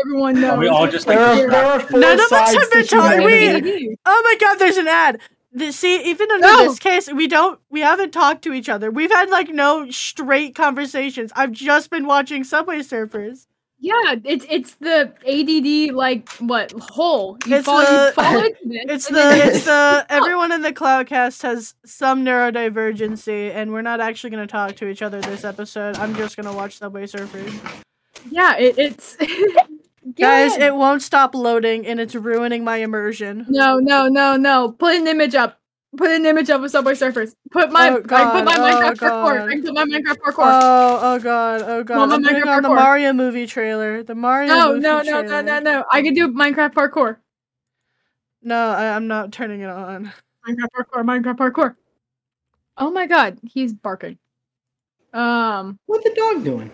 [SPEAKER 2] everyone knows
[SPEAKER 3] Are we all just like
[SPEAKER 4] There are, there
[SPEAKER 3] distracted?
[SPEAKER 4] are four
[SPEAKER 1] None of us
[SPEAKER 4] sides
[SPEAKER 1] have been
[SPEAKER 4] to shooting
[SPEAKER 1] talking-
[SPEAKER 4] an
[SPEAKER 1] we-
[SPEAKER 4] enemy.
[SPEAKER 1] Oh my god, there's an ad. Th- See, even under
[SPEAKER 2] No.
[SPEAKER 1] this case, we don't we haven't talked to each other. We've had like no straight conversations. I've just been watching Subway Surfers.
[SPEAKER 2] yeah it's it's the add like what hole you
[SPEAKER 1] It's
[SPEAKER 2] fall
[SPEAKER 1] the-
[SPEAKER 2] you fall into this
[SPEAKER 1] It's
[SPEAKER 2] and
[SPEAKER 1] the
[SPEAKER 2] then-
[SPEAKER 1] it's the everyone in the Cloudcast has some neurodivergency and we're not actually gonna talk to each other this episode. I'm just gonna watch Subway Surfers.
[SPEAKER 2] yeah it, it's
[SPEAKER 1] Guys,
[SPEAKER 2] Yeah.
[SPEAKER 1] it won't stop loading and it's ruining my immersion.
[SPEAKER 2] No, no, no, no. Put an image up. Put an image up of Subway Surfers. Put my,
[SPEAKER 1] Oh,
[SPEAKER 2] I put my
[SPEAKER 1] God, oh,
[SPEAKER 2] Minecraft parkour.
[SPEAKER 1] God.
[SPEAKER 2] I can put my Minecraft parkour.
[SPEAKER 1] Oh, oh god, oh god.
[SPEAKER 2] Mama
[SPEAKER 1] I'm putting
[SPEAKER 2] Micro
[SPEAKER 1] on the
[SPEAKER 2] Parkour.
[SPEAKER 1] Mario movie trailer. The Mario
[SPEAKER 2] no,
[SPEAKER 1] movie
[SPEAKER 2] no, no,
[SPEAKER 1] trailer.
[SPEAKER 2] no, no, no. I can do Minecraft parkour.
[SPEAKER 1] No, I, I'm not turning it on.
[SPEAKER 2] Minecraft parkour. Minecraft parkour. Oh my God, he's barking. Um,
[SPEAKER 4] What the dog doing?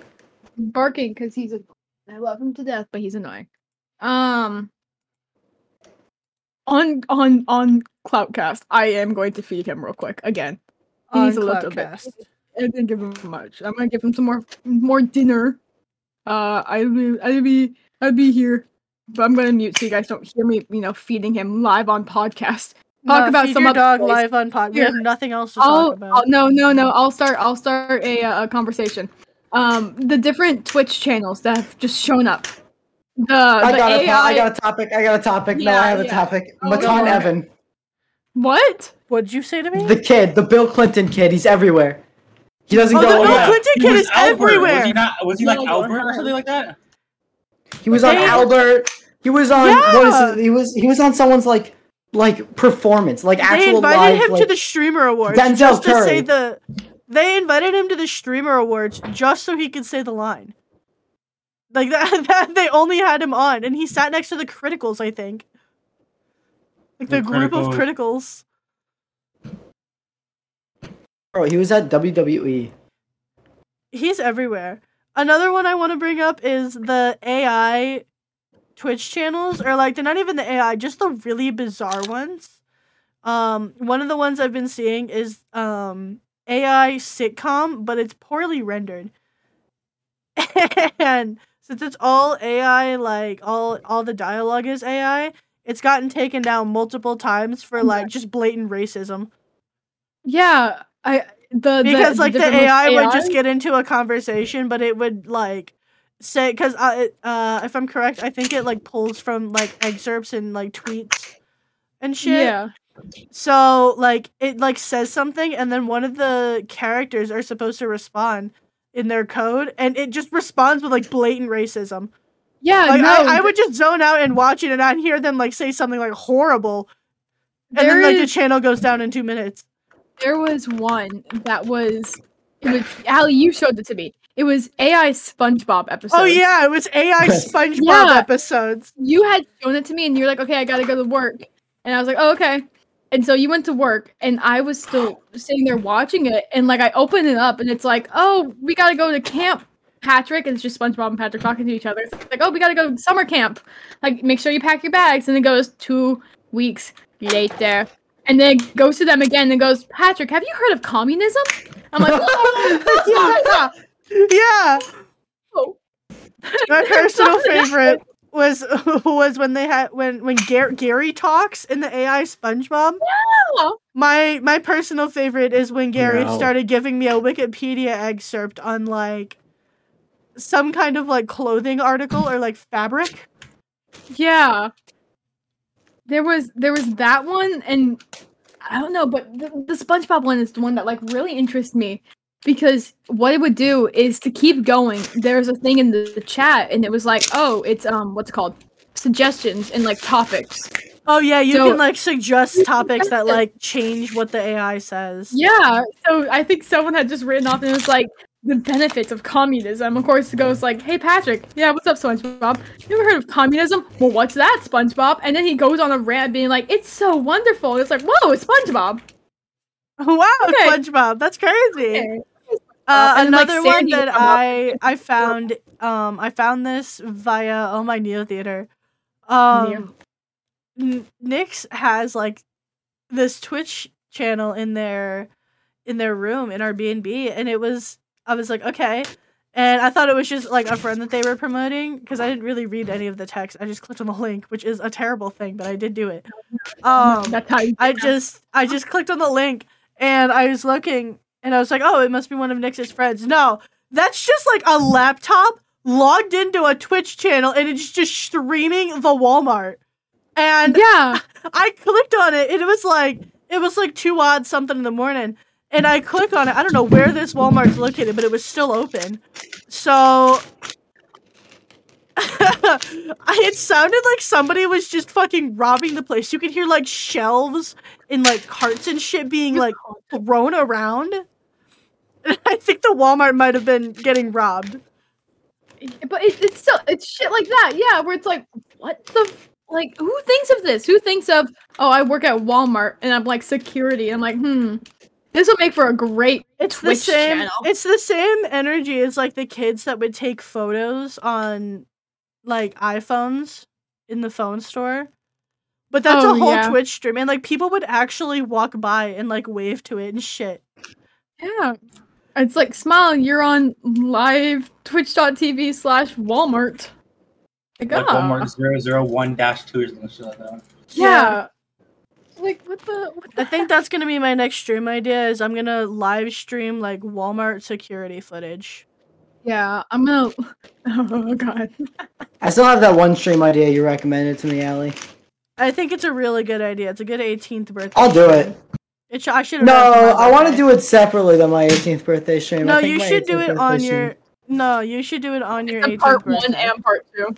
[SPEAKER 2] barking because he's a. I love him to death, but he's annoying. Um. On on on Cloutcast, I am going to feed him real quick again. He needs
[SPEAKER 1] on
[SPEAKER 2] a little bit.
[SPEAKER 1] Cloudcast.
[SPEAKER 2] Uh, I didn't give him much. I'm gonna give him some more more dinner. Uh, I'll be I'll be I'll be here, but I'm gonna mute so you guys don't hear me. You know, feeding him live on podcast. Talk
[SPEAKER 1] No,
[SPEAKER 2] about
[SPEAKER 1] feed
[SPEAKER 2] some
[SPEAKER 1] your
[SPEAKER 2] other
[SPEAKER 1] dog
[SPEAKER 2] place.
[SPEAKER 1] live on pod. We have
[SPEAKER 2] Here.
[SPEAKER 1] nothing else to
[SPEAKER 2] I'll,
[SPEAKER 1] talk about.
[SPEAKER 2] I'll- no no no. I'll start I'll start a, uh, a conversation. Um, the different Twitch channels that have just shown up. The
[SPEAKER 4] I
[SPEAKER 2] Uh, the
[SPEAKER 4] got a, to-
[SPEAKER 2] AI.
[SPEAKER 4] I got a topic. I got a topic. no, I
[SPEAKER 2] Yeah,
[SPEAKER 4] have a
[SPEAKER 2] yeah.
[SPEAKER 4] topic.
[SPEAKER 2] Oh,
[SPEAKER 4] Matan
[SPEAKER 2] okay.
[SPEAKER 4] Evan,
[SPEAKER 2] what?
[SPEAKER 1] What'd you say to me?
[SPEAKER 4] the kid, the Bill Clinton kid. He's everywhere. He doesn't
[SPEAKER 1] Oh,
[SPEAKER 4] go.
[SPEAKER 1] the Bill
[SPEAKER 4] away.
[SPEAKER 1] Clinton
[SPEAKER 3] He
[SPEAKER 1] kid
[SPEAKER 3] was
[SPEAKER 1] is
[SPEAKER 3] Albert. Was
[SPEAKER 1] everywhere.
[SPEAKER 3] he not? Was he like
[SPEAKER 2] Yeah.
[SPEAKER 3] Albert or something like that?
[SPEAKER 4] He was on
[SPEAKER 1] They-
[SPEAKER 4] Albert. He was on. What
[SPEAKER 1] Yeah.
[SPEAKER 4] is it? He was. He was on someone's like, like performance, like
[SPEAKER 1] they
[SPEAKER 4] actual
[SPEAKER 1] invited
[SPEAKER 4] live.
[SPEAKER 1] him to
[SPEAKER 4] like-
[SPEAKER 1] the streamer awards
[SPEAKER 4] Denzel
[SPEAKER 1] just to
[SPEAKER 4] Curry.
[SPEAKER 1] say the. They invited him to the streamer awards just so he could say the line. Like that, that they only had him on, and he sat next to the criticals. I think, like the,
[SPEAKER 3] The
[SPEAKER 1] group
[SPEAKER 3] Criticals.
[SPEAKER 1] of criticals.
[SPEAKER 4] bro, he was at E. WWE.
[SPEAKER 1] He's everywhere. Another one I want to bring up is the AI Twitch channels, or like they're not even the AI, just the really bizarre ones. Um, one of the ones I've been seeing is um AI sitcom, but it's poorly rendered. and since it's all AI, like all all the dialogue is AI, it's gotten taken down multiple times for like just blatant racism.
[SPEAKER 2] Yeah, I the
[SPEAKER 1] Because like the
[SPEAKER 2] different ones-
[SPEAKER 1] AI, would just get into a conversation, but it would like say because uh, if I'm correct, I think it like pulls from like excerpts and like tweets and shit.
[SPEAKER 2] Yeah.
[SPEAKER 1] So like it like says something, and then one of the characters are supposed to respond in their code, and it just responds with like blatant racism.
[SPEAKER 2] Yeah,
[SPEAKER 1] Like
[SPEAKER 2] no,
[SPEAKER 1] I, I
[SPEAKER 2] th-
[SPEAKER 1] would just zone out and watch it, and I'd hear them like say something like horrible, and
[SPEAKER 2] there
[SPEAKER 1] then like
[SPEAKER 2] is-
[SPEAKER 1] the channel goes down in two minutes.
[SPEAKER 2] There was one that was it was Allie, you showed it to me. It was AI SpongeBob episode.
[SPEAKER 1] Oh yeah, it was AI SpongeBob
[SPEAKER 2] Yeah.
[SPEAKER 1] episodes.
[SPEAKER 2] You had shown it to me and you're like, okay, I gotta go to work. And I was like, oh, okay. And so you went to work and I was still sitting there watching it and like I opened it up and it's like, oh, we gotta go to camp. Patrick, and it's just SpongeBob and Patrick talking to each other. It's like, oh, we gotta go to summer camp. Like, make sure you pack your bags. And it goes two weeks later. And then it goes to them again and goes, Patrick, have you heard of communism? I'm like, oh,
[SPEAKER 4] Yeah.
[SPEAKER 2] yeah.
[SPEAKER 1] Yeah.
[SPEAKER 2] Oh.
[SPEAKER 1] My personal favorite was was when they had when when Gar- Gary talks in the AI SpongeBob. My my personal favorite is when Gary
[SPEAKER 4] No.
[SPEAKER 1] started giving me a Wikipedia excerpt on like some kind of like clothing article or like fabric.
[SPEAKER 2] Yeah. There was there was that one and I don't know, but the, the SpongeBob one is the one that like really interests me because what it would do is to keep going. There's a thing in the, the chat, and it was like, oh, it's um, what's it called? Suggestions and like topics.
[SPEAKER 1] Oh yeah, you
[SPEAKER 2] So-
[SPEAKER 1] can like suggest topics that like change what the AI says.
[SPEAKER 2] Yeah. So I think someone had just written off and it was like the benefits of communism. Of course, it goes like, "Hey Patrick, yeah, what's up, SpongeBob? You ever heard of communism? Well, what's that, SpongeBob?" And then he goes on a rant, being like, "It's so wonderful." And it's like, "Whoa, it's SpongeBob."
[SPEAKER 1] Wow,
[SPEAKER 2] Okay.
[SPEAKER 1] SpongeBob, that's crazy.
[SPEAKER 2] Okay.
[SPEAKER 1] Uh,
[SPEAKER 2] and then, like,
[SPEAKER 1] another one
[SPEAKER 2] Sandy would
[SPEAKER 1] that
[SPEAKER 2] come up
[SPEAKER 1] I I found um I found this via oh my Neo Theater. Um N- Nyx has like this Twitch channel in their in their room in our B&B and it was I was like okay and I thought it was just like a friend that they were promoting because I didn't really read any of the text. I just clicked on the link, which is a terrible thing, but I did do it. Um
[SPEAKER 2] That's how you
[SPEAKER 1] I just I just clicked on the link and I was looking and I was like, oh, it must be one of Nix's friends. No, that's just like a laptop logged into a Twitch channel and it's just streaming the Walmart. And
[SPEAKER 2] yeah.
[SPEAKER 1] I clicked on it and it was like it was like two odd something in the morning. And I click on it. I don't know where this Walmart's located, but it was still open. So I- it sounded like somebody was just fucking robbing the place. You could hear like shelves and like carts and shit being like thrown around. And I think the Walmart might have been getting robbed.
[SPEAKER 2] But it, it's still it's shit like that, yeah. Where it's like, what the f- like? Who thinks of this? Who thinks of oh, I work at Walmart and I'm like security. I'm like, hmm, this will make for a great
[SPEAKER 1] It's
[SPEAKER 2] Twitch
[SPEAKER 1] the same.
[SPEAKER 2] channel.
[SPEAKER 1] It's the same energy as like the kids that would take photos on like iPhones in the phone store. But that's
[SPEAKER 2] Oh,
[SPEAKER 1] a whole
[SPEAKER 2] yeah.
[SPEAKER 1] Twitch stream, and like people would actually walk by and like wave to it and shit.
[SPEAKER 2] Yeah. It's like, smile, you're on live twitch.tv slash Walmart. Like,
[SPEAKER 3] Like
[SPEAKER 2] ah,
[SPEAKER 3] Walmart 001 2 or something shit like that.
[SPEAKER 2] Yeah. Like, what the? What the
[SPEAKER 1] I think that's gonna be my next stream idea. Is I'm gonna live stream like Walmart security footage.
[SPEAKER 2] yeah, I'm gonna. Oh, God.
[SPEAKER 4] I still have that one stream idea you recommended to me, Allie.
[SPEAKER 1] I think it's a really good idea. It's a good 18th birthday.
[SPEAKER 4] I'll do
[SPEAKER 1] stream.
[SPEAKER 4] it.
[SPEAKER 1] It sh- I should.
[SPEAKER 4] No, I want to do it separately than my 18th birthday stream. I
[SPEAKER 1] No,
[SPEAKER 4] think
[SPEAKER 1] you
[SPEAKER 4] my
[SPEAKER 1] should do
[SPEAKER 4] 18th
[SPEAKER 1] it
[SPEAKER 4] birthday
[SPEAKER 1] on
[SPEAKER 4] stream-
[SPEAKER 1] your. No, you should do it on your.
[SPEAKER 2] And
[SPEAKER 1] 18th
[SPEAKER 2] part
[SPEAKER 1] birthday.
[SPEAKER 2] one and part two.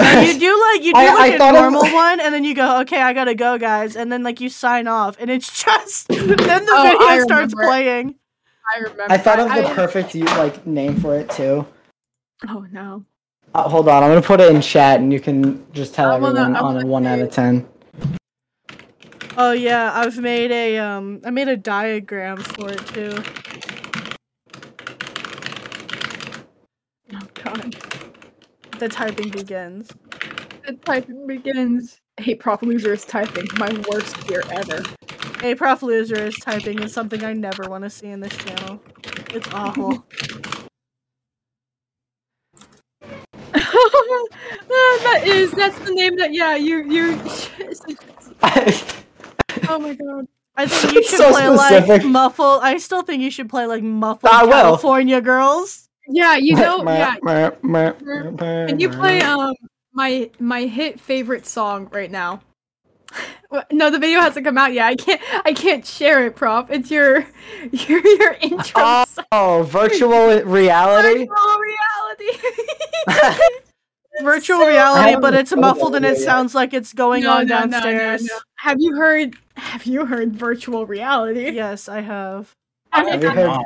[SPEAKER 1] No, you do like you do
[SPEAKER 4] I- I
[SPEAKER 1] like a
[SPEAKER 4] thought of-
[SPEAKER 1] normal one, and then you go, okay, I gotta go, guys, and then like you sign off, and it's just then the
[SPEAKER 2] Oh, I
[SPEAKER 1] video starts
[SPEAKER 2] remember.
[SPEAKER 1] playing.
[SPEAKER 2] I remember.
[SPEAKER 4] I thought of the
[SPEAKER 2] I-
[SPEAKER 4] perfect you like name for it too.
[SPEAKER 2] Oh, no.
[SPEAKER 4] Uh, hold on, I'm gonna put it in chat, and you can just tell
[SPEAKER 2] I wanna-
[SPEAKER 4] everyone
[SPEAKER 2] I
[SPEAKER 4] on a
[SPEAKER 2] wanna
[SPEAKER 4] one out of ten.
[SPEAKER 1] Oh yeah, I've made a um, I made a diagram for it too.
[SPEAKER 2] Oh, God.
[SPEAKER 1] The typing begins.
[SPEAKER 2] The typing begins. I hate prop losers typing. My worst fear ever.
[SPEAKER 1] A prof loser is typing is something I never want to see in this channel. It's awful.
[SPEAKER 2] that is. That's the name that, yeah, you. you Oh my god.
[SPEAKER 1] I think you
[SPEAKER 4] It's
[SPEAKER 1] should
[SPEAKER 4] so
[SPEAKER 1] play like
[SPEAKER 4] specific. Ah,
[SPEAKER 1] muffle. I still think you should play like muffled
[SPEAKER 4] I will.
[SPEAKER 1] California girls.
[SPEAKER 2] Yeah, you know, yeah.
[SPEAKER 4] Can
[SPEAKER 2] Can you play um my my hit favorite song right now? What- No, the video hasn't come out yet. I can't I can't share it, prop. It's your your your intro
[SPEAKER 4] Oh,
[SPEAKER 2] song.
[SPEAKER 4] Oh, virtual reality.
[SPEAKER 2] Virtual reality.
[SPEAKER 1] Virtual
[SPEAKER 2] So-
[SPEAKER 1] reality,
[SPEAKER 4] I
[SPEAKER 1] but it's
[SPEAKER 4] haven't
[SPEAKER 1] muffled
[SPEAKER 4] played
[SPEAKER 1] and
[SPEAKER 4] that
[SPEAKER 1] it
[SPEAKER 4] yet.
[SPEAKER 1] sounds like it's going
[SPEAKER 2] No,
[SPEAKER 1] on
[SPEAKER 2] no, no, no,
[SPEAKER 1] downstairs.
[SPEAKER 2] no. Have you heard have you heard virtual reality?
[SPEAKER 1] Yes, I have.
[SPEAKER 4] Have
[SPEAKER 2] I,
[SPEAKER 4] you heard?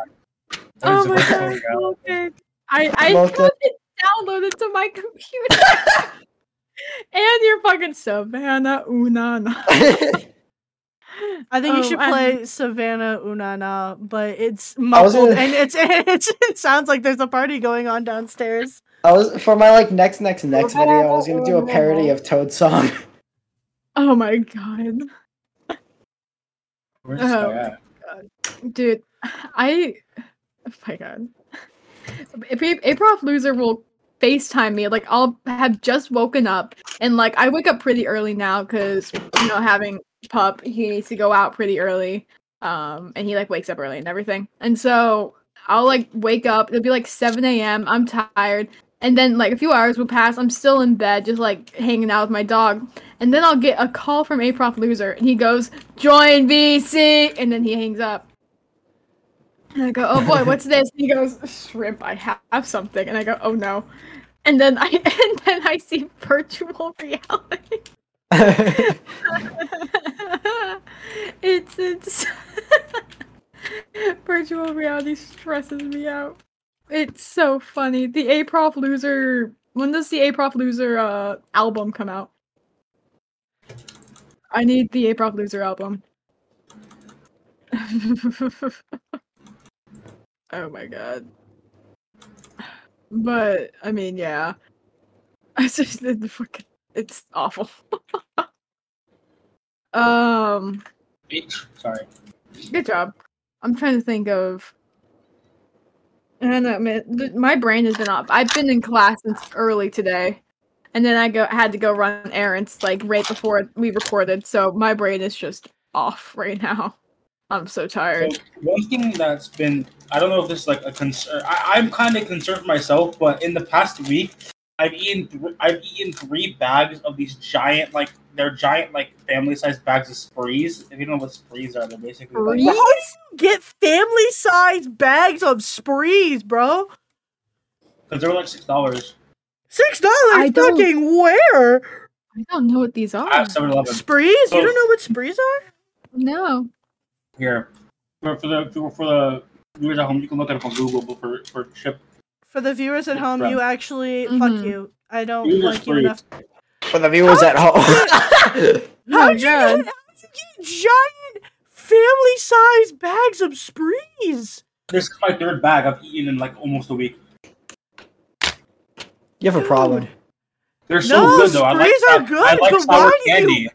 [SPEAKER 2] oh my god. Okay. I I
[SPEAKER 4] Look
[SPEAKER 2] got
[SPEAKER 4] at-
[SPEAKER 2] it downloaded to my computer. and you're fucking Savannah Unana.
[SPEAKER 1] I think you
[SPEAKER 2] Oh,
[SPEAKER 1] should
[SPEAKER 2] I-
[SPEAKER 1] play Savannah Unana, but it's
[SPEAKER 4] I was
[SPEAKER 1] muffled
[SPEAKER 4] gonna-
[SPEAKER 1] and it's, it's it sounds like there's a party going on downstairs.
[SPEAKER 4] I was for my like next next next video. I was gonna do a parody of Toad song.
[SPEAKER 2] Oh my god,
[SPEAKER 3] Where's
[SPEAKER 2] Oh.
[SPEAKER 3] this guy at?
[SPEAKER 2] dude! I, oh my god, if April loser will Facetime me, like I'll have just woken up, and like I wake up pretty early now because you know having pup, he needs to go out pretty early, um, and he like wakes up early and everything, and so I'll like wake up. It'll be like seven a.m. I'm tired. And then, like a few hours will pass. I'm still in bed, just like hanging out with my dog. And then I'll get a call from April Loser, and he goes, join VC, and then he hangs up. And I go, oh boy, what's this? And he goes, shrimp. I ha- have something. And I go, oh no. And then I and then I see virtual reality. it's it's virtual reality stresses me out. It's so funny. The A Prof Loser. When does the A Prof Loser uh, album come out? I need the A Prof Loser album. oh my god. But I mean, yeah. It's just it's fucking. It's awful. um.
[SPEAKER 3] Bitch. Sorry.
[SPEAKER 2] Good job. I'm trying to think of. I don't know, man. th- My brain has been off. I've been in class since early today, and then I go had to go run errands like right before we recorded. So my brain is just off right now. I'm so
[SPEAKER 3] So
[SPEAKER 2] tired.
[SPEAKER 3] one thing that's been I don't know if this is like a concern. I, I'm kind of concerned for myself, but in the past week, I've eaten th- I've eaten three bags of these giant like they're giant like family sized bags of sprees. If you don't know what sprees are, they're basically like,
[SPEAKER 2] Sprees?
[SPEAKER 1] Get family sized bags of sprees, bro.
[SPEAKER 3] because they're like six dollars.
[SPEAKER 1] Six dollars
[SPEAKER 2] I don't-
[SPEAKER 1] fucking where?
[SPEAKER 2] I don't know what these
[SPEAKER 3] I
[SPEAKER 2] are.
[SPEAKER 3] have seven eleven
[SPEAKER 1] Sprees? You don't know what sprees are?
[SPEAKER 2] No.
[SPEAKER 3] here for, for the for, for the viewers at home. You can look it up on Google, but for for chip
[SPEAKER 1] For the viewers at home, you actually fuck
[SPEAKER 2] Mhm.
[SPEAKER 1] you. I don't
[SPEAKER 3] These are
[SPEAKER 1] like you enough.
[SPEAKER 4] For the viewers at home.
[SPEAKER 1] How
[SPEAKER 2] Oh
[SPEAKER 1] did you get,
[SPEAKER 2] god.
[SPEAKER 1] how'd you get giant family sized bags of sprees?
[SPEAKER 3] this is my third bag I've eaten in like almost a week.
[SPEAKER 4] you have a problem.
[SPEAKER 3] They're so
[SPEAKER 1] No,
[SPEAKER 3] good though. I like
[SPEAKER 1] sprees are
[SPEAKER 3] sou-
[SPEAKER 1] good,
[SPEAKER 3] I like
[SPEAKER 1] but
[SPEAKER 3] sour
[SPEAKER 1] why do you-
[SPEAKER 3] candy.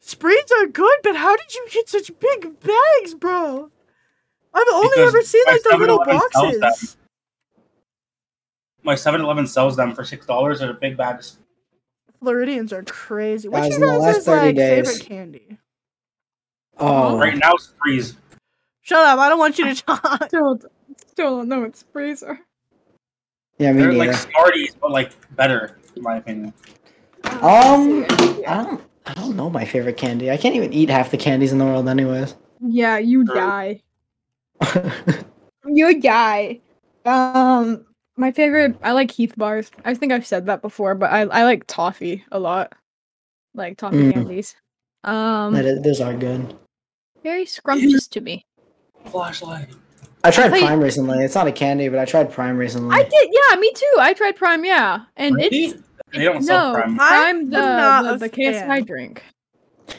[SPEAKER 1] Sprees are good, but how did you get such big bags, bro? I've only
[SPEAKER 3] Because
[SPEAKER 1] ever seen
[SPEAKER 3] my
[SPEAKER 1] like the little
[SPEAKER 3] 7-Eleven sells
[SPEAKER 1] boxes.
[SPEAKER 3] My 7-Eleven sells them for six dollars in a big bag.
[SPEAKER 1] Floridians are crazy. What's
[SPEAKER 4] Guys, in the
[SPEAKER 1] your
[SPEAKER 4] last
[SPEAKER 1] guys'
[SPEAKER 4] 30
[SPEAKER 1] like
[SPEAKER 4] days-
[SPEAKER 1] favorite candy?
[SPEAKER 4] Oh,
[SPEAKER 3] Right now, it's freeze.
[SPEAKER 1] Shut up! I don't want you to talk.
[SPEAKER 2] Still, still don't know what sprays are.
[SPEAKER 4] yeah, me
[SPEAKER 3] They're
[SPEAKER 4] neither.
[SPEAKER 3] like Smarties, but like better, in my opinion.
[SPEAKER 4] Um, I don't, I don't know my favorite candy. I can't even eat half the candies in the world, anyways.
[SPEAKER 2] Yeah, you
[SPEAKER 3] True.
[SPEAKER 2] die. You die. Um, my favorite. I like Heath bars. I think I've said that before, but I I like toffee a lot. Like toffee
[SPEAKER 4] Mm.
[SPEAKER 2] candies. Um,
[SPEAKER 4] That is, those are good.
[SPEAKER 2] very scrumptious to me.
[SPEAKER 3] Flashlight.
[SPEAKER 4] I tried
[SPEAKER 2] thought you-
[SPEAKER 4] Prime recently. It's not a candy, but I tried Prime recently.
[SPEAKER 2] I did. Yeah, me too. I tried Prime. Yeah, and it's
[SPEAKER 3] they don't sell
[SPEAKER 2] no.
[SPEAKER 3] prime.
[SPEAKER 2] Prime
[SPEAKER 1] I'm
[SPEAKER 2] the
[SPEAKER 1] not
[SPEAKER 2] the,
[SPEAKER 1] a
[SPEAKER 2] the KSI
[SPEAKER 1] fan.
[SPEAKER 2] drink.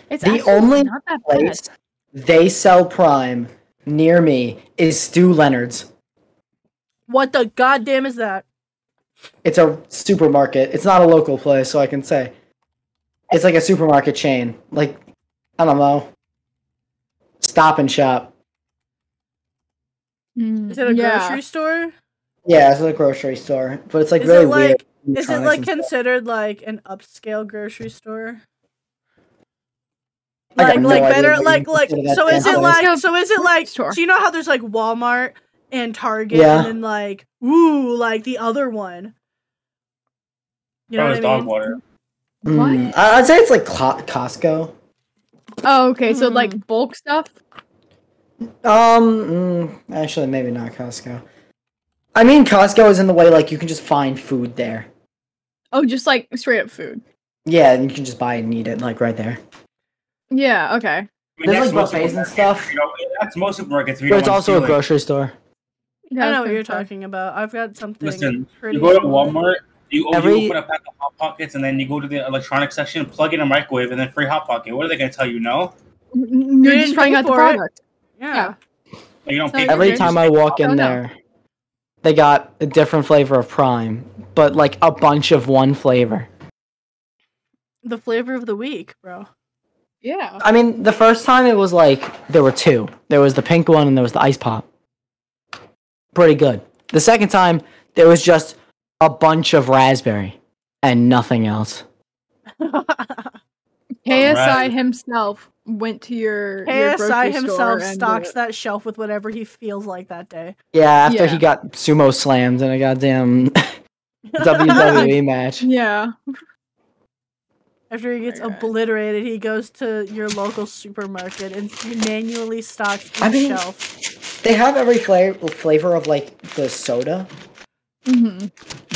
[SPEAKER 2] It's
[SPEAKER 4] The
[SPEAKER 2] actually
[SPEAKER 4] only
[SPEAKER 2] not that bad.
[SPEAKER 4] Place they sell Prime near me is Stu Leonard's.
[SPEAKER 1] What the goddamn is that?
[SPEAKER 4] It's a supermarket. It's not a local place, so I can say. It's like a supermarket chain. Like, I don't know. Stop and shop.
[SPEAKER 2] Mm,
[SPEAKER 1] Is it a
[SPEAKER 2] yeah.
[SPEAKER 1] grocery store?
[SPEAKER 4] Yeah, it's a grocery store, but it's like
[SPEAKER 1] Is
[SPEAKER 4] really
[SPEAKER 1] it like-
[SPEAKER 4] weird.
[SPEAKER 1] Is it
[SPEAKER 4] electronics
[SPEAKER 1] like
[SPEAKER 4] and
[SPEAKER 1] considered like an upscale grocery store?
[SPEAKER 4] I got
[SPEAKER 1] Like
[SPEAKER 4] no
[SPEAKER 1] like
[SPEAKER 4] idea
[SPEAKER 1] better
[SPEAKER 4] what you
[SPEAKER 1] like like
[SPEAKER 4] consider that
[SPEAKER 1] so is
[SPEAKER 4] damn
[SPEAKER 1] it
[SPEAKER 4] place.
[SPEAKER 1] like
[SPEAKER 2] It's a
[SPEAKER 1] so is it like
[SPEAKER 2] store.
[SPEAKER 1] so you know how there's like Walmart and Target
[SPEAKER 4] Yeah.
[SPEAKER 1] and then like ooh like the other one. You know
[SPEAKER 3] Probably
[SPEAKER 1] what I
[SPEAKER 3] Oh, dog
[SPEAKER 1] mean?
[SPEAKER 3] water.
[SPEAKER 2] What?
[SPEAKER 4] Mm, I- I'd say it's like Co- Costco.
[SPEAKER 2] Oh, okay. So
[SPEAKER 1] Mm.
[SPEAKER 2] like bulk stuff.
[SPEAKER 4] Um, mm, actually, maybe not Costco. I mean, Costco is in the way like you can just find food there.
[SPEAKER 2] Oh, just like straight up food.
[SPEAKER 4] Yeah, and you can just buy it and eat it like right there.
[SPEAKER 2] Yeah. Okay.
[SPEAKER 3] I mean,
[SPEAKER 4] There's,
[SPEAKER 3] that's
[SPEAKER 4] like,
[SPEAKER 3] most
[SPEAKER 4] buffets and
[SPEAKER 3] supermarkets,
[SPEAKER 4] stuff.
[SPEAKER 3] You know, that's most supermarkets. if you
[SPEAKER 4] But
[SPEAKER 3] don't
[SPEAKER 4] it's
[SPEAKER 3] wanna
[SPEAKER 4] also
[SPEAKER 3] steal
[SPEAKER 4] a
[SPEAKER 3] it.
[SPEAKER 4] grocery store.
[SPEAKER 2] Yeah,
[SPEAKER 1] I
[SPEAKER 2] was
[SPEAKER 1] know what
[SPEAKER 2] gonna
[SPEAKER 1] you're
[SPEAKER 2] say.
[SPEAKER 1] talking about. I've got something
[SPEAKER 3] Listen,
[SPEAKER 1] pretty
[SPEAKER 3] You go to
[SPEAKER 1] similar.
[SPEAKER 3] Walmart. You, oh,
[SPEAKER 4] Every-
[SPEAKER 3] you open a pack of hot pockets and then you go to the electronics section, plug in a microwave, and then free hot pocket. What are they gonna tell you? No,
[SPEAKER 2] N- You're
[SPEAKER 1] You
[SPEAKER 2] just
[SPEAKER 1] didn't
[SPEAKER 2] trying
[SPEAKER 1] pay
[SPEAKER 2] out the
[SPEAKER 1] for it.
[SPEAKER 2] product.
[SPEAKER 1] Yeah.
[SPEAKER 3] Like, you don't
[SPEAKER 2] So
[SPEAKER 3] pay. for
[SPEAKER 4] Every
[SPEAKER 3] it, you
[SPEAKER 4] time
[SPEAKER 3] just-
[SPEAKER 4] I walk
[SPEAKER 2] Oh,
[SPEAKER 4] in
[SPEAKER 2] no.
[SPEAKER 4] there, they got a different flavor of Prime, but like a bunch of one flavor.
[SPEAKER 1] The flavor of the week, bro.
[SPEAKER 2] Yeah.
[SPEAKER 4] I mean, the first time it was like there were two. There was the pink one and there was the ice pop. Pretty good. The second time there was just a bunch of raspberry and nothing else.
[SPEAKER 2] KSI
[SPEAKER 3] Alright.
[SPEAKER 2] himself went to your your
[SPEAKER 1] ASI
[SPEAKER 2] grocery store
[SPEAKER 1] himself
[SPEAKER 2] and
[SPEAKER 1] stocks
[SPEAKER 2] did
[SPEAKER 1] that shelf with whatever he feels like that day.
[SPEAKER 4] Yeah, after he
[SPEAKER 2] Yeah.
[SPEAKER 4] got sumo slammed in a goddamn WWE
[SPEAKER 2] it.
[SPEAKER 4] match.
[SPEAKER 2] Yeah.
[SPEAKER 1] After he gets
[SPEAKER 2] my God.
[SPEAKER 1] obliterated, he goes to your local supermarket and manually stocks each
[SPEAKER 4] I mean-
[SPEAKER 1] shelf.
[SPEAKER 4] They have every fla- flavor of like the soda,
[SPEAKER 2] hmm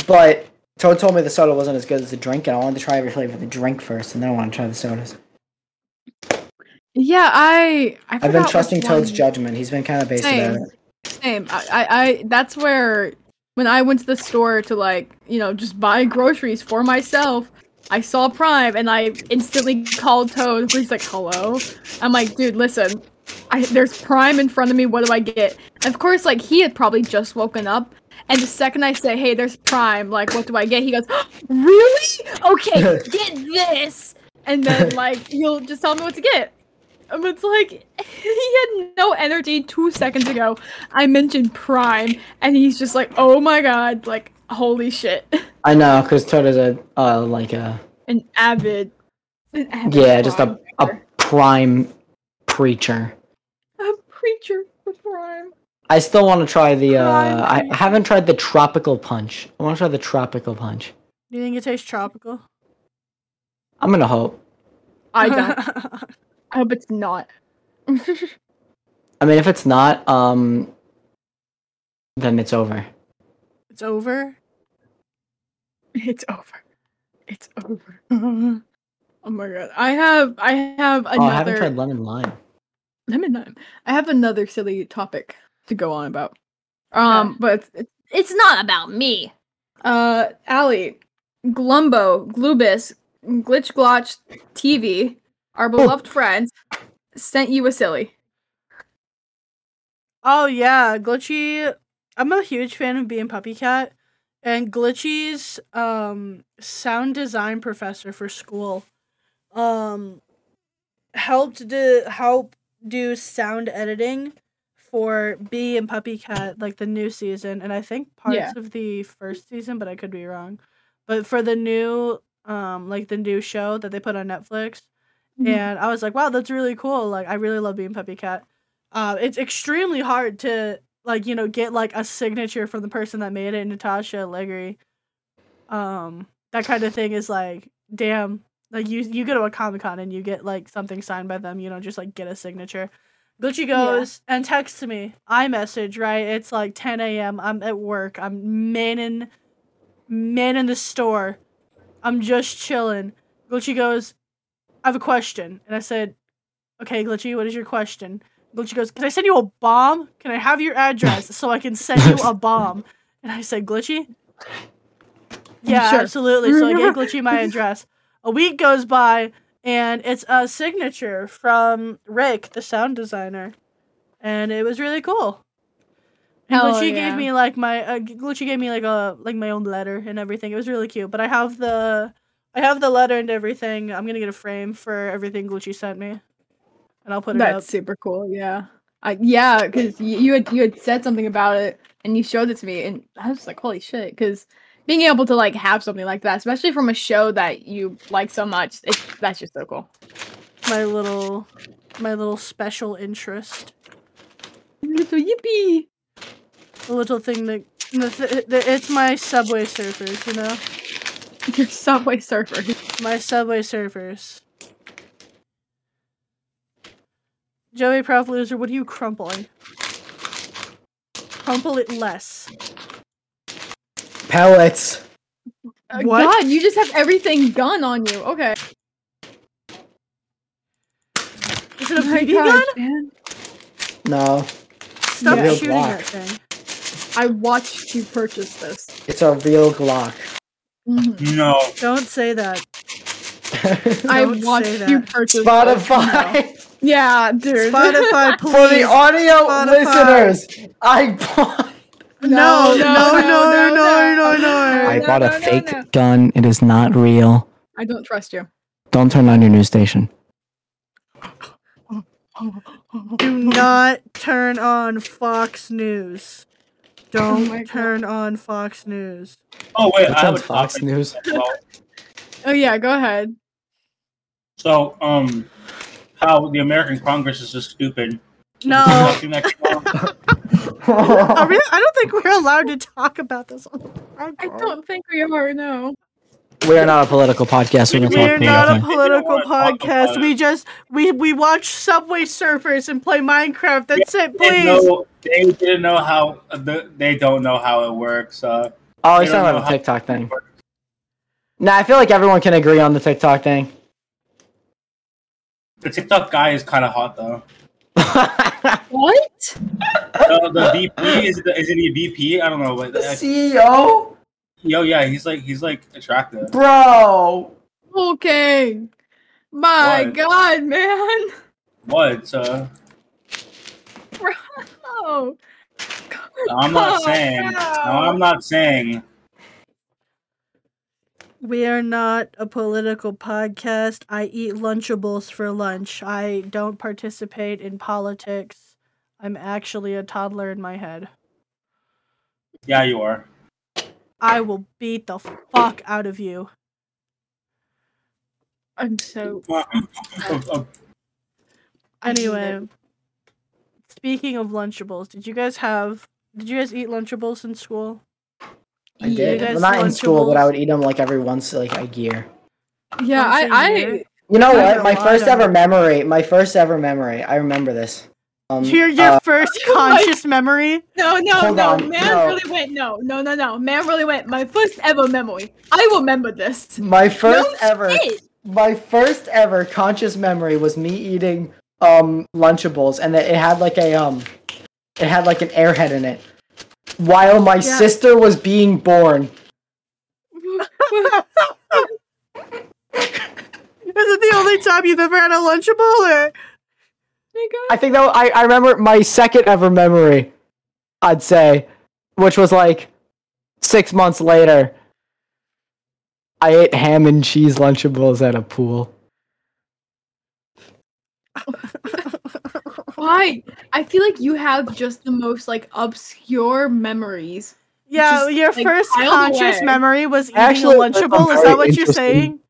[SPEAKER 4] but Toad told me the soda wasn't as good as the drink, and I wanted to try every flavor of the drink first, and then I want to try the sodas.
[SPEAKER 2] Yeah, I. I
[SPEAKER 4] I've
[SPEAKER 2] forgot
[SPEAKER 4] been
[SPEAKER 2] which
[SPEAKER 4] trusting Toad's
[SPEAKER 2] one-
[SPEAKER 4] judgment. He's been kind of based about
[SPEAKER 2] Same.
[SPEAKER 4] it.
[SPEAKER 2] Same. I, I, I. That's where when I went to the store to like you know just buy groceries for myself. I saw Prime and I instantly called Toad. He's like, "Hello." I'm like, "Dude, listen. I, there's Prime in front of me. What do I get?" And of course, like he had probably just woken up. And the second I say, "Hey, there's Prime," like, "What do I get?" He goes, "Really? Okay, get this." And then like you'll just tell me what to get. And it's like he had no energy two seconds ago. I mentioned Prime, and he's just like, "Oh my god! Like, holy shit!"
[SPEAKER 4] I know, because Toad is a uh, like a
[SPEAKER 2] An avid, an avid
[SPEAKER 4] yeah, just a a
[SPEAKER 2] Prime
[SPEAKER 4] prime preacher.
[SPEAKER 2] user. a preacher for Prime.
[SPEAKER 4] I still want to try the. Uh,
[SPEAKER 2] Prime
[SPEAKER 4] I, I
[SPEAKER 2] preacher.
[SPEAKER 4] haven't tried the tropical punch. I want to try the tropical punch.
[SPEAKER 1] You think it tastes tropical?
[SPEAKER 4] I'm gonna hope.
[SPEAKER 2] I don't. I hope it's not.
[SPEAKER 4] I mean, if it's not, um, then it's over.
[SPEAKER 1] it's over.
[SPEAKER 2] It's over. It's over. oh my god! I have, I have
[SPEAKER 4] Oh, I haven't
[SPEAKER 2] another.
[SPEAKER 4] tried lemon lime.
[SPEAKER 2] lemon lime. I have another silly topic to go on about. Um, but it's, it's it's not about me. Uh, Allie, Glumbo, Glubis, Glitch Glotch TV, our beloved friends, sent you a silly.
[SPEAKER 1] Oh yeah, Glitchy. I'm a huge fan of being Puppy Cat, and Glitchy's um sound design professor for school, um, helped to help do sound editing for Bee and Puppy Cat, like the new season, and I think parts
[SPEAKER 2] Yeah.
[SPEAKER 1] of the first season, but I could be wrong. But for the new, um, like the new show that they put on Netflix, and I was like, wow, that's really cool. Like, I really love being Puppy Cat. Uh, it's extremely hard to like you know get like a signature from the person that made it, Natasha Allegri. Um, that kind of thing is like, damn, like you you go to a comic con and you get like something signed by them. You don't just like get a signature. Gucci
[SPEAKER 2] Yeah.
[SPEAKER 1] goes and texts me. I message right. It's like 10 a.m. I'm at work. I'm manning, manning the store. I'm just chilling. Glitchy goes, I have a question. And I said, Okay, Glitchy, what is your question? Glitchy goes, Can I send you a bomb? Can I have your address so I can send you a bomb? And I said, Glitchy? Yeah,
[SPEAKER 2] Sure.
[SPEAKER 1] absolutely. So I gave Glitchy my address. A week goes by and it's a signature from Rick, the sound designer. And it was really cool. And
[SPEAKER 2] Hell
[SPEAKER 1] Glitchy
[SPEAKER 2] yeah.
[SPEAKER 1] gave me like my uh, Glitchy gave me like a like my own letter and everything. It was really cute. But I have the I have the letter and everything. I'm gonna get a frame for everything Gucci sent me, and I'll put it
[SPEAKER 2] That's
[SPEAKER 1] up.
[SPEAKER 2] super cool. Yeah, I, yeah, because you had you had said something about it and you showed it to me, and I was like, holy shit, because. Being able to like have something like that, especially from a show that you like so much, it's, that's just so cool.
[SPEAKER 1] My little, my little special interest,
[SPEAKER 2] Little yippee!
[SPEAKER 1] the little thing that. The th- the, it's my Subway Surfers, you know?
[SPEAKER 2] Your Subway Surfer.
[SPEAKER 1] My Subway Surfers. Joey Prof Loser, what are you crumpling? Crumple it less.
[SPEAKER 4] Pellets.
[SPEAKER 2] Uh,
[SPEAKER 1] What?
[SPEAKER 2] God, you just have everything gun on you. Okay.
[SPEAKER 1] Is
[SPEAKER 4] Oh
[SPEAKER 1] it a BB gun?
[SPEAKER 2] Oh man.
[SPEAKER 4] No,
[SPEAKER 1] Stop
[SPEAKER 2] Yeah.
[SPEAKER 1] shooting
[SPEAKER 4] Block.
[SPEAKER 1] that thing.
[SPEAKER 2] I watched you purchase this.
[SPEAKER 4] it's a real Glock.
[SPEAKER 2] Mm-hmm.
[SPEAKER 3] No.
[SPEAKER 1] Don't say that.
[SPEAKER 2] I
[SPEAKER 1] Don't say
[SPEAKER 2] watched you
[SPEAKER 1] that.
[SPEAKER 2] purchase this. No.
[SPEAKER 4] Spotify
[SPEAKER 2] Yeah, dude.
[SPEAKER 1] Spotify, please.
[SPEAKER 4] for the audio
[SPEAKER 1] Spotify.
[SPEAKER 4] listeners. I bought.
[SPEAKER 1] No, no, no, no, no, no,
[SPEAKER 2] no.
[SPEAKER 1] no.
[SPEAKER 4] I bought a
[SPEAKER 2] no, no,
[SPEAKER 4] fake
[SPEAKER 2] no.
[SPEAKER 4] gun. It is not real.
[SPEAKER 2] I don't trust you.
[SPEAKER 4] Don't turn on your news station.
[SPEAKER 1] Do not turn on Fox News. Don't
[SPEAKER 2] my God.
[SPEAKER 1] turn on Fox News.
[SPEAKER 3] Oh wait, I
[SPEAKER 4] That's
[SPEAKER 3] have
[SPEAKER 4] on
[SPEAKER 3] a
[SPEAKER 4] Fox
[SPEAKER 3] topic
[SPEAKER 4] News.
[SPEAKER 3] as well.
[SPEAKER 2] Oh yeah, go ahead.
[SPEAKER 3] So, um, how the American Congress is just stupid.
[SPEAKER 1] No.
[SPEAKER 3] Nothing that- well,
[SPEAKER 1] Are we, I don't think we're allowed to talk about this. On the
[SPEAKER 2] I
[SPEAKER 1] podcast.
[SPEAKER 2] don't think we are. No.
[SPEAKER 4] We are not a political podcast. We don't talk
[SPEAKER 1] We're
[SPEAKER 4] politics.
[SPEAKER 1] not a
[SPEAKER 3] If you don't
[SPEAKER 1] political
[SPEAKER 3] wanna talk about
[SPEAKER 1] podcast.
[SPEAKER 3] it.
[SPEAKER 1] We just we we watch Subway Surfers and play Minecraft. That's it,
[SPEAKER 3] They
[SPEAKER 1] please.
[SPEAKER 3] know- they didn't know how. the- They don't know how it works. Uh,
[SPEAKER 4] Oh,
[SPEAKER 3] We
[SPEAKER 4] he's
[SPEAKER 3] don't
[SPEAKER 4] talking
[SPEAKER 3] know
[SPEAKER 4] about
[SPEAKER 3] how-
[SPEAKER 4] the TikTok thing. Nah, I feel like everyone can agree on the TikTok thing.
[SPEAKER 3] the TikTok guy is kind of hot though.
[SPEAKER 4] the
[SPEAKER 2] What?
[SPEAKER 3] No, the VP is the, isn't he VP? I don't know. But uh,
[SPEAKER 4] E CEO,
[SPEAKER 3] yo, yeah, he's like he's like attractive.
[SPEAKER 4] bro.
[SPEAKER 2] Okay. My
[SPEAKER 3] What?
[SPEAKER 2] God, man.
[SPEAKER 3] What? Uh,
[SPEAKER 2] Oh.
[SPEAKER 3] I'm not
[SPEAKER 2] Oh,
[SPEAKER 3] saying. No, I'm not saying.
[SPEAKER 1] We are not a political podcast. I eat Lunchables for lunch. I don't participate in politics. I'm actually a toddler in my head.
[SPEAKER 3] Yeah, you are.
[SPEAKER 1] I will beat the fuck out of you.
[SPEAKER 2] I'm so.
[SPEAKER 3] Uh, uh,
[SPEAKER 1] Anyway, speaking of Lunchables, did you guys have? Did you guys eat Lunchables in school?
[SPEAKER 4] I did.
[SPEAKER 1] guys
[SPEAKER 4] Well, not in
[SPEAKER 1] lunchables?
[SPEAKER 4] school, but I would eat them like every once, like a year.
[SPEAKER 2] Yeah,
[SPEAKER 1] Once a
[SPEAKER 2] I,
[SPEAKER 1] year?
[SPEAKER 4] You know
[SPEAKER 1] I
[SPEAKER 4] what?
[SPEAKER 1] had a
[SPEAKER 4] My
[SPEAKER 1] lot
[SPEAKER 4] first
[SPEAKER 1] of
[SPEAKER 4] ever
[SPEAKER 1] them.
[SPEAKER 4] memory. My first ever memory. I remember this. Um,
[SPEAKER 1] Your your
[SPEAKER 4] uh,
[SPEAKER 1] first
[SPEAKER 2] Oh my-
[SPEAKER 1] conscious memory.
[SPEAKER 2] No, no,
[SPEAKER 4] Hold
[SPEAKER 2] no.
[SPEAKER 4] on,
[SPEAKER 2] man
[SPEAKER 4] no.
[SPEAKER 2] really went. No, no, no, no. Man really went. My first ever memory. I remember this.
[SPEAKER 4] my first
[SPEAKER 2] No
[SPEAKER 4] ever.
[SPEAKER 2] shit.
[SPEAKER 4] My first ever conscious memory was me eating um Lunchables, and it it had like a um, it had like an airhead in it. While my
[SPEAKER 1] Yeah.
[SPEAKER 4] sister was being born,
[SPEAKER 1] Is it the only time you've ever had a Lunchable? Or
[SPEAKER 2] My God.
[SPEAKER 4] I think though I, I remember my second ever memory, I'd say, which was like six months later. I ate ham and cheese lunchables at a pool.
[SPEAKER 2] Why? I feel like you have just the most like obscure memories.
[SPEAKER 1] yeah,
[SPEAKER 2] Just,
[SPEAKER 1] your
[SPEAKER 2] like,
[SPEAKER 1] first
[SPEAKER 2] piled
[SPEAKER 1] conscious
[SPEAKER 2] away.
[SPEAKER 1] memory was eating
[SPEAKER 4] Actually,
[SPEAKER 1] a
[SPEAKER 4] that's
[SPEAKER 1] Lunchable. Is
[SPEAKER 4] very
[SPEAKER 1] that what you're
[SPEAKER 4] interesting.
[SPEAKER 1] saying?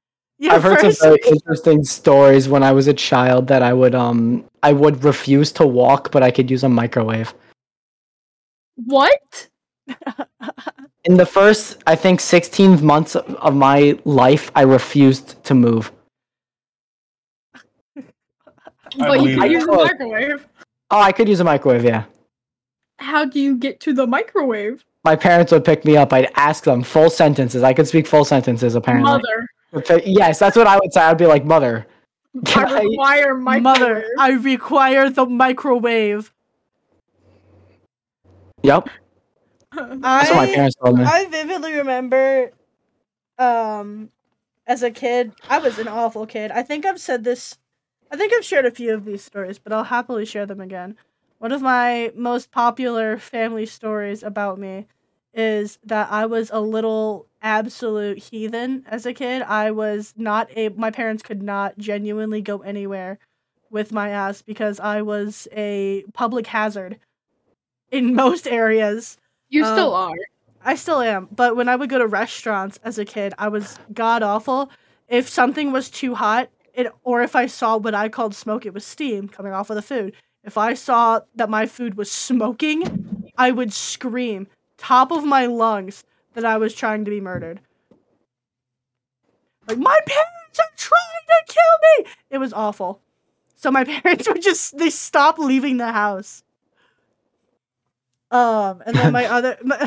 [SPEAKER 1] Your
[SPEAKER 4] I've heard
[SPEAKER 1] first
[SPEAKER 4] some very interesting stories when I was a child that I would um I would refuse to walk, but I could use a microwave.
[SPEAKER 2] What?
[SPEAKER 4] In the first, I think, 16 months of- of my life, I refused to move.
[SPEAKER 3] I
[SPEAKER 2] but you
[SPEAKER 3] believe
[SPEAKER 2] can
[SPEAKER 4] it.
[SPEAKER 2] use the
[SPEAKER 4] Oh.
[SPEAKER 2] microwave.
[SPEAKER 4] Oh, I could use a microwave, yeah.
[SPEAKER 2] How do you get to the microwave?
[SPEAKER 4] my parents would pick me up. I'd ask them full sentences. I could speak full sentences, apparently.
[SPEAKER 2] Mother.
[SPEAKER 4] Would pick- Yes, that's what I would say. I'd be like, Mother. Can
[SPEAKER 2] I
[SPEAKER 4] I-
[SPEAKER 2] require microwave.
[SPEAKER 1] mother. I require the microwave.
[SPEAKER 4] Yep. That's what my
[SPEAKER 1] I
[SPEAKER 4] parents told me.
[SPEAKER 1] I vividly remember, um, as a kid, I was an awful kid. I think I've said this. I think I've shared a few of these stories, but I'll happily share them again. One of my most popular family stories about me is that I was a little absolute heathen as a kid. I was not a my parents could not genuinely go anywhere with my ass because I was a public hazard in most areas.
[SPEAKER 2] you still
[SPEAKER 1] um,
[SPEAKER 2] are.
[SPEAKER 1] I still am, but when I would go to restaurants as a kid, I was god awful. If something was too hot, it or if I saw what I called smoke, it was steam coming off of the food. If I saw that my food was smoking, I would scream top of my lungs that I was trying to be murdered. Like my parents are trying to kill me. It was awful. So my parents would just they stopped leaving the house. Um, and then my other, my,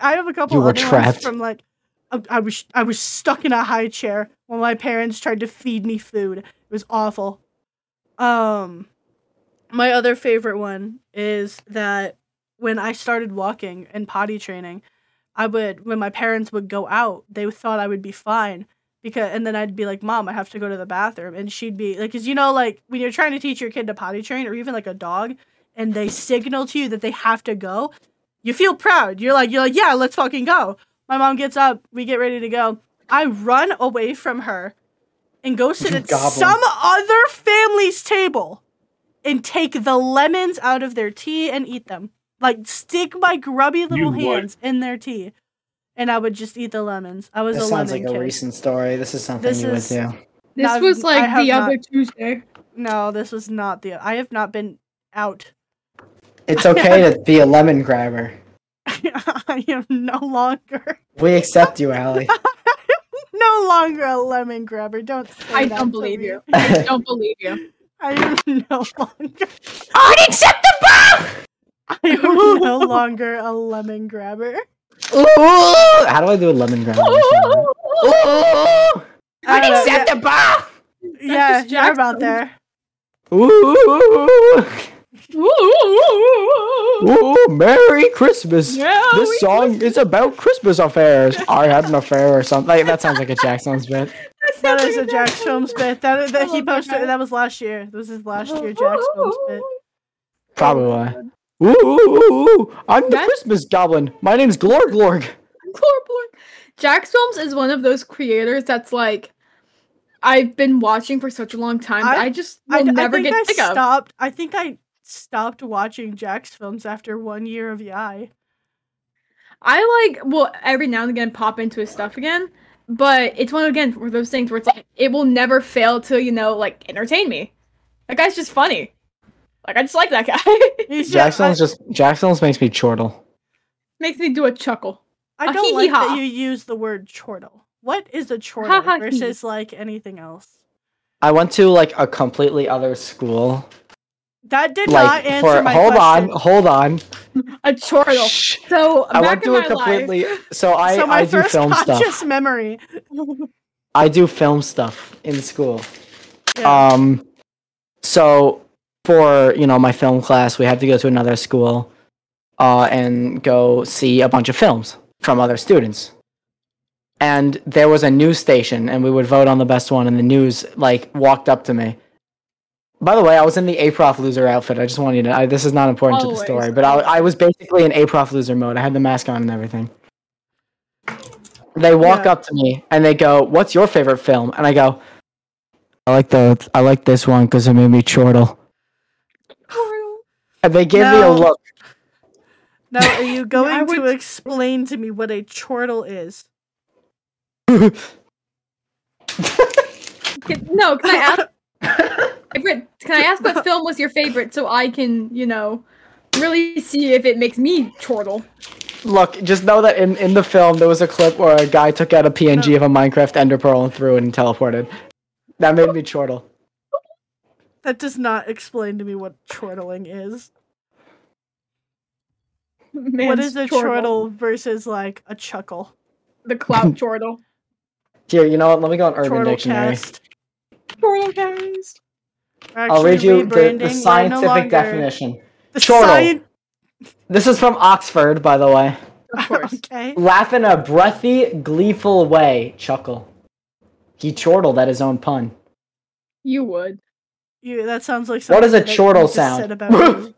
[SPEAKER 1] I have a couple
[SPEAKER 4] You were
[SPEAKER 1] other
[SPEAKER 4] trapped.
[SPEAKER 1] ones from like, I, I was I was stuck in a high chair while my parents tried to feed me food. It was awful. Um, my other favorite one is that when I started walking and potty training, I would when my parents would go out, they thought I would be fine because and then I'd be like, "Mom, I have to go to the bathroom." And she'd be like cuz you know like when you're trying to teach your kid to potty train or even like a dog and they signal to you that they have to go, you feel proud. You're like you're like, "Yeah, let's fucking go." My mom gets up, we get ready to go. I run away from her and go sit
[SPEAKER 4] You
[SPEAKER 1] at
[SPEAKER 4] goblin.
[SPEAKER 1] some other family's table and take the lemons out of their tea and eat them. Like stick my grubby little
[SPEAKER 3] would.
[SPEAKER 1] hands in their tea, and I would just eat the lemons. I was a
[SPEAKER 4] This sounds
[SPEAKER 1] lemon
[SPEAKER 4] like a
[SPEAKER 1] kid.
[SPEAKER 4] recent story. This is something
[SPEAKER 1] This
[SPEAKER 4] you
[SPEAKER 1] is-
[SPEAKER 4] would do.
[SPEAKER 2] This
[SPEAKER 1] I've-
[SPEAKER 2] was
[SPEAKER 1] I
[SPEAKER 2] like
[SPEAKER 1] have
[SPEAKER 2] the
[SPEAKER 1] not-
[SPEAKER 2] other Tuesday.
[SPEAKER 1] No, this was not the. I have not been out.
[SPEAKER 4] It's okay to be a lemon grabber.
[SPEAKER 1] I am no longer
[SPEAKER 4] We accept you, Allie.
[SPEAKER 1] no no longer a lemon grabber. Don't. say
[SPEAKER 2] I
[SPEAKER 1] that
[SPEAKER 2] don't
[SPEAKER 1] to
[SPEAKER 2] believe
[SPEAKER 1] me.
[SPEAKER 2] you. I don't believe you.
[SPEAKER 1] I am no longer.
[SPEAKER 4] Unacceptable!
[SPEAKER 1] I am no longer a lemon grabber.
[SPEAKER 4] Ooh!
[SPEAKER 5] How do I do a lemon grab?
[SPEAKER 4] Ooh!
[SPEAKER 1] I don't know, yeah,
[SPEAKER 4] Unacceptable!
[SPEAKER 1] Uh, yeah,
[SPEAKER 2] That's just
[SPEAKER 1] you're about
[SPEAKER 2] Jackson.
[SPEAKER 1] there.
[SPEAKER 4] Ooh!
[SPEAKER 2] Ooh,
[SPEAKER 4] Ooh! Merry Christmas!
[SPEAKER 2] yeah, we-
[SPEAKER 4] This song is about Christmas affairs. I had an affair or something. Like, that sounds like a Jack Jones bit.
[SPEAKER 2] that's
[SPEAKER 1] That
[SPEAKER 2] not
[SPEAKER 1] is a
[SPEAKER 2] like
[SPEAKER 1] Jack
[SPEAKER 2] Jack
[SPEAKER 1] Films bit. That, that
[SPEAKER 2] Oh my
[SPEAKER 1] he posted.
[SPEAKER 2] God.
[SPEAKER 1] That was last year. This is last year Jack Films bit.
[SPEAKER 4] Probably. Ooh, ooh, ooh,
[SPEAKER 1] Oh,
[SPEAKER 4] oooo. I'm the
[SPEAKER 2] That's-
[SPEAKER 4] Christmas goblin. My name's Glorg Glorg.
[SPEAKER 2] Chloroplorg. Jack Films is one of those creators that's like I've been watching for such a long time. that
[SPEAKER 1] I-
[SPEAKER 2] I, just will
[SPEAKER 1] I, d- I
[SPEAKER 2] never
[SPEAKER 1] think
[SPEAKER 2] get
[SPEAKER 1] I
[SPEAKER 2] sick of.
[SPEAKER 1] stopped. I think I stopped watching Jack's films after one year of Yi.
[SPEAKER 2] I like will every now and again pop into his stuff again, but it's one of again for those things where it's like it will never fail to you know like entertain me. That guy's just funny. Like I just like that guy.
[SPEAKER 1] He's ju-
[SPEAKER 4] Jack Jones
[SPEAKER 1] I,
[SPEAKER 4] just Jack Jones makes me chortle.
[SPEAKER 2] Makes me do a chuckle.
[SPEAKER 1] I
[SPEAKER 2] a
[SPEAKER 1] don't like that
[SPEAKER 2] hee-hee-haw.
[SPEAKER 1] you use the word chortle. What is a chortle
[SPEAKER 2] Ha-ha-hee.
[SPEAKER 1] versus like anything else?
[SPEAKER 4] I went to like a completely other school.
[SPEAKER 1] That did
[SPEAKER 4] Like
[SPEAKER 1] not answer
[SPEAKER 4] for
[SPEAKER 1] my
[SPEAKER 4] hold
[SPEAKER 1] question.
[SPEAKER 4] on, hold on.
[SPEAKER 2] A chortle.
[SPEAKER 4] Shh.
[SPEAKER 2] So
[SPEAKER 4] I
[SPEAKER 2] back
[SPEAKER 4] went
[SPEAKER 2] in
[SPEAKER 4] to
[SPEAKER 2] my
[SPEAKER 4] a completely
[SPEAKER 2] life,
[SPEAKER 4] so I
[SPEAKER 1] so my
[SPEAKER 4] I do
[SPEAKER 1] first
[SPEAKER 4] film
[SPEAKER 1] conscious
[SPEAKER 4] stuff.
[SPEAKER 1] memory.
[SPEAKER 4] I do film stuff in school.
[SPEAKER 1] Yeah.
[SPEAKER 4] Um, so for you know my film class, we had to go to another school, uh, and go see a bunch of films from other students. And there was a news station, and we would vote on the best one. And the news like walked up to me. By the way, I was in the APROF loser outfit. I just want you to. I, this is not important to the
[SPEAKER 2] Always.
[SPEAKER 4] story, but I, I was basically in APROF loser mode. I had the mask on and everything. They walk
[SPEAKER 1] Yeah.
[SPEAKER 4] up to me and they go, "What's your favorite film?" And I go, I like the I like this one because it made me chortle.
[SPEAKER 2] Chortle.
[SPEAKER 4] And they gave me
[SPEAKER 1] No.
[SPEAKER 4] a look.
[SPEAKER 1] now, are you going
[SPEAKER 2] I
[SPEAKER 1] to
[SPEAKER 2] would-
[SPEAKER 1] explain to me what a chortle is?
[SPEAKER 2] Can- no, can I ask? favorite- can I ask what film was your favorite so I can, you know, really see if it makes me chortle?
[SPEAKER 4] Look, just know that in, in the film there was a clip where a guy took out a PNG
[SPEAKER 1] No.
[SPEAKER 4] of a Minecraft Ender Pearl and threw it and teleported. That made me chortle.
[SPEAKER 1] That does not explain to me what chortling is. what
[SPEAKER 2] Man's
[SPEAKER 1] is a chortle versus like a chuckle?
[SPEAKER 2] The clout chortle.
[SPEAKER 4] Here, you know what? Let me go on Urban
[SPEAKER 1] Chortle
[SPEAKER 4] Dictionary.
[SPEAKER 1] cast.
[SPEAKER 2] Chortle cast.
[SPEAKER 1] We're
[SPEAKER 4] I'll read
[SPEAKER 1] actually
[SPEAKER 4] you the,
[SPEAKER 1] rebranding. We're
[SPEAKER 4] the
[SPEAKER 1] no
[SPEAKER 4] scientific
[SPEAKER 1] longer-
[SPEAKER 4] definition.
[SPEAKER 1] the
[SPEAKER 4] Chortle.
[SPEAKER 1] scien-
[SPEAKER 4] This is from Oxford, by the way.
[SPEAKER 2] Of course.
[SPEAKER 1] okay.
[SPEAKER 4] Laugh in a breathy, gleeful way. Chuckle. He chortled at his own pun.
[SPEAKER 2] You would.
[SPEAKER 1] You, that sounds like
[SPEAKER 4] What does
[SPEAKER 1] something
[SPEAKER 4] a
[SPEAKER 1] that you
[SPEAKER 4] chortle
[SPEAKER 1] just
[SPEAKER 4] sound?
[SPEAKER 1] said about you.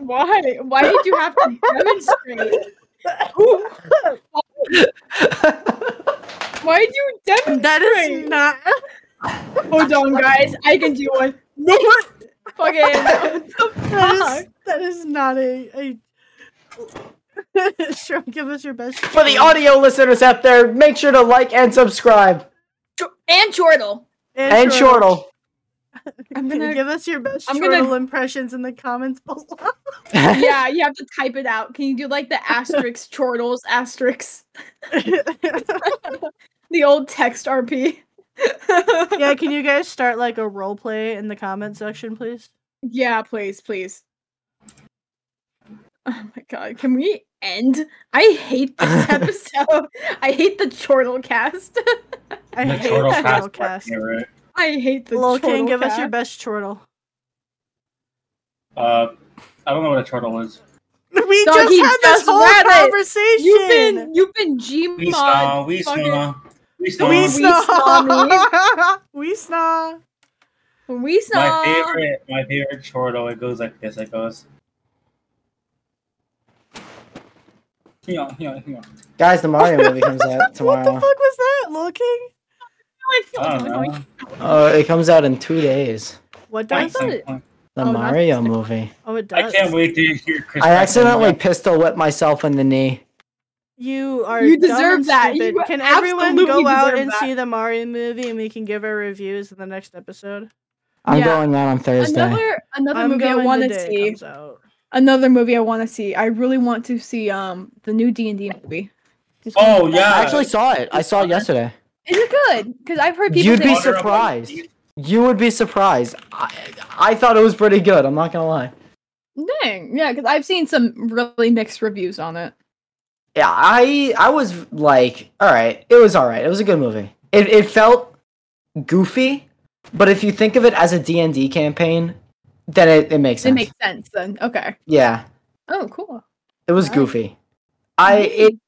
[SPEAKER 2] Why? Why did you have to demonstrate? Why did you demonstrate?
[SPEAKER 1] That is not.
[SPEAKER 2] Hold on, guys. I can do one. Fucking.
[SPEAKER 1] That is, that is not a. a... sure, give us your best.
[SPEAKER 4] For the audio listeners out there, make sure to like and subscribe.
[SPEAKER 2] And chortle.
[SPEAKER 4] And chortle.
[SPEAKER 2] I'm
[SPEAKER 1] Can you
[SPEAKER 2] gonna.
[SPEAKER 1] give us your best
[SPEAKER 2] I'm gonna-
[SPEAKER 1] chortle impressions in the comments below?
[SPEAKER 2] Yeah, you have to type it out. Can you do like the asterisk chortles asterisks? The old text RP.
[SPEAKER 1] yeah, can you guys start like a role play in the comment section, please?
[SPEAKER 2] Yeah, please, please. Oh my god, can we end? I hate this episode. I hate the chortle cast.
[SPEAKER 1] I
[SPEAKER 3] The
[SPEAKER 1] hate
[SPEAKER 3] chortle
[SPEAKER 1] the chortle
[SPEAKER 3] cast.
[SPEAKER 1] cast.
[SPEAKER 3] Yeah, right.
[SPEAKER 2] I hate the
[SPEAKER 1] Lil
[SPEAKER 2] chortle
[SPEAKER 1] King, give us your
[SPEAKER 2] cast.
[SPEAKER 1] best chortle.
[SPEAKER 3] Uh, I don't know what a turtle is.
[SPEAKER 1] We
[SPEAKER 2] Dog,
[SPEAKER 1] just
[SPEAKER 2] he
[SPEAKER 1] had this
[SPEAKER 2] just
[SPEAKER 1] whole
[SPEAKER 2] read it.
[SPEAKER 1] conversation.
[SPEAKER 2] You've been you've been
[SPEAKER 3] We
[SPEAKER 2] Gmod.
[SPEAKER 3] saw, we
[SPEAKER 2] fucking-
[SPEAKER 3] saw, we saw.
[SPEAKER 1] we
[SPEAKER 2] We
[SPEAKER 1] snaw. We snaw.
[SPEAKER 2] We saw.
[SPEAKER 3] My favorite, my favorite chortle. It goes like this. It goes. Hang on, hang on, hang on.
[SPEAKER 4] Guys, the Mario movie comes out
[SPEAKER 1] What the
[SPEAKER 4] tomorrow.
[SPEAKER 1] fuck was that, Lil King?
[SPEAKER 3] I don't know.
[SPEAKER 4] Uh, it comes out in two days.
[SPEAKER 1] What
[SPEAKER 2] I
[SPEAKER 1] does?
[SPEAKER 2] thought
[SPEAKER 3] Thanks,
[SPEAKER 2] it-
[SPEAKER 3] thanks.
[SPEAKER 4] The
[SPEAKER 2] Oh, that's
[SPEAKER 4] Mario
[SPEAKER 2] interesting.
[SPEAKER 4] movie.
[SPEAKER 1] Oh, it does.
[SPEAKER 3] I can't wait to hear Chris.
[SPEAKER 4] I
[SPEAKER 3] Pratt
[SPEAKER 4] accidentally
[SPEAKER 3] sing
[SPEAKER 4] pistol whipped myself in the knee.
[SPEAKER 1] You are.
[SPEAKER 2] You
[SPEAKER 1] dumb
[SPEAKER 2] deserve
[SPEAKER 1] and
[SPEAKER 2] that.
[SPEAKER 1] stupid.
[SPEAKER 2] You
[SPEAKER 1] can everyone
[SPEAKER 2] absolutely
[SPEAKER 1] go out
[SPEAKER 2] deserve
[SPEAKER 1] and
[SPEAKER 2] that.
[SPEAKER 1] see the Mario movie, and we can give our reviews in the next episode?
[SPEAKER 4] I'm
[SPEAKER 2] Yeah.
[SPEAKER 4] going out on Thursday.
[SPEAKER 2] Another another
[SPEAKER 1] I'm
[SPEAKER 2] movie I
[SPEAKER 1] going the
[SPEAKER 2] want to
[SPEAKER 1] day it
[SPEAKER 2] see.
[SPEAKER 1] comes out.
[SPEAKER 2] Another movie I want to see. I really want to see um the new D and D movie.
[SPEAKER 3] Oh, yeah.
[SPEAKER 4] I actually saw it. I saw it yesterday.
[SPEAKER 6] Is it good? Because I've heard people.
[SPEAKER 4] You'd
[SPEAKER 6] say
[SPEAKER 4] be
[SPEAKER 6] it's-
[SPEAKER 3] Order of
[SPEAKER 4] surprised.
[SPEAKER 3] Unleashed.
[SPEAKER 4] You would be surprised. I, I thought it was pretty good. I'm not gonna lie.
[SPEAKER 2] Dang, yeah, because I've seen some really mixed reviews on it.
[SPEAKER 4] Yeah, I I was like, all right, it was all right. It was a good movie. It it felt goofy, but if you think of it as a D and D campaign, then it, it makes sense.
[SPEAKER 2] It makes sense then. Okay.
[SPEAKER 4] yeah,
[SPEAKER 2] Oh, cool.
[SPEAKER 4] it was
[SPEAKER 2] Alright.
[SPEAKER 4] goofy. I it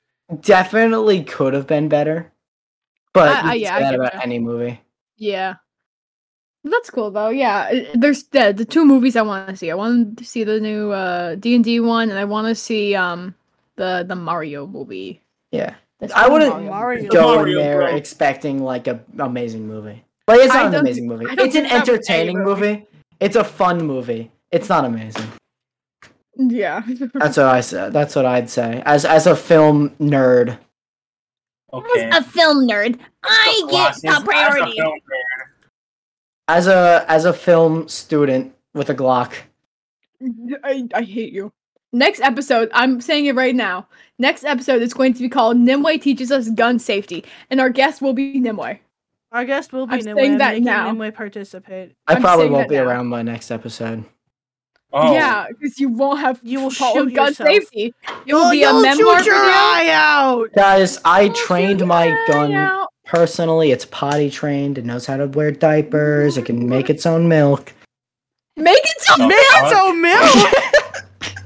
[SPEAKER 4] definitely could have been better, but
[SPEAKER 2] I-
[SPEAKER 4] you
[SPEAKER 2] I-
[SPEAKER 4] can
[SPEAKER 2] yeah,
[SPEAKER 4] say
[SPEAKER 2] I
[SPEAKER 4] that
[SPEAKER 2] get
[SPEAKER 4] about
[SPEAKER 2] that.
[SPEAKER 4] any movie.
[SPEAKER 2] Yeah. That's cool though. Yeah, I- there's the, the two movies I want to see. I want to see the new uh D and D one, and I want to see um the the Mario movie.
[SPEAKER 4] Yeah,
[SPEAKER 2] That's
[SPEAKER 4] I
[SPEAKER 2] called
[SPEAKER 4] wouldn't
[SPEAKER 6] Mario.
[SPEAKER 4] go
[SPEAKER 3] Mario
[SPEAKER 4] in there
[SPEAKER 3] Bros.
[SPEAKER 4] expecting like a amazing movie. Like it's
[SPEAKER 2] I
[SPEAKER 4] not an
[SPEAKER 2] don't
[SPEAKER 4] amazing
[SPEAKER 2] think-
[SPEAKER 4] movie.
[SPEAKER 2] I don't
[SPEAKER 4] It's an
[SPEAKER 2] think that was a
[SPEAKER 4] entertaining
[SPEAKER 2] movie.
[SPEAKER 4] movie. It's a fun movie. It's not amazing.
[SPEAKER 2] Yeah.
[SPEAKER 4] That's what I said. That's what I'd say. As as a film nerd.
[SPEAKER 3] Okay.
[SPEAKER 6] As a film nerd, I get
[SPEAKER 3] Glasses. As
[SPEAKER 6] the priority.
[SPEAKER 3] film nerd.
[SPEAKER 4] As a as a film student with a Glock.
[SPEAKER 2] I, I hate you. Next episode, I'm saying it right now. Next episode is going to be called Nimue Teaches Us Gun Safety, and our guest will be Nimue.
[SPEAKER 1] Our guest will be
[SPEAKER 2] I'm
[SPEAKER 1] Nimue.
[SPEAKER 2] saying
[SPEAKER 1] I'm
[SPEAKER 2] that
[SPEAKER 1] making
[SPEAKER 2] now.
[SPEAKER 1] Nimue participate.
[SPEAKER 4] I
[SPEAKER 2] I'm
[SPEAKER 4] probably
[SPEAKER 2] saying
[SPEAKER 4] won't
[SPEAKER 2] that
[SPEAKER 4] be
[SPEAKER 2] now.
[SPEAKER 4] around by next episode.
[SPEAKER 3] Oh,
[SPEAKER 2] Yeah, because you won't have
[SPEAKER 1] You will
[SPEAKER 2] followed
[SPEAKER 1] shoot
[SPEAKER 2] gun
[SPEAKER 1] yourself.
[SPEAKER 2] safety. It will be a memoir
[SPEAKER 1] Oh, shoot your
[SPEAKER 2] video.
[SPEAKER 1] eye out.
[SPEAKER 4] Guys,
[SPEAKER 1] Oh,
[SPEAKER 4] I
[SPEAKER 2] You'll shoot
[SPEAKER 4] trained
[SPEAKER 2] your
[SPEAKER 4] my
[SPEAKER 2] eye
[SPEAKER 4] gun
[SPEAKER 2] out.
[SPEAKER 4] personally. It's potty trained. It knows how to wear diapers. It can make its own milk.
[SPEAKER 2] Make it so.
[SPEAKER 3] Oh, fuck.
[SPEAKER 1] Manzo milk.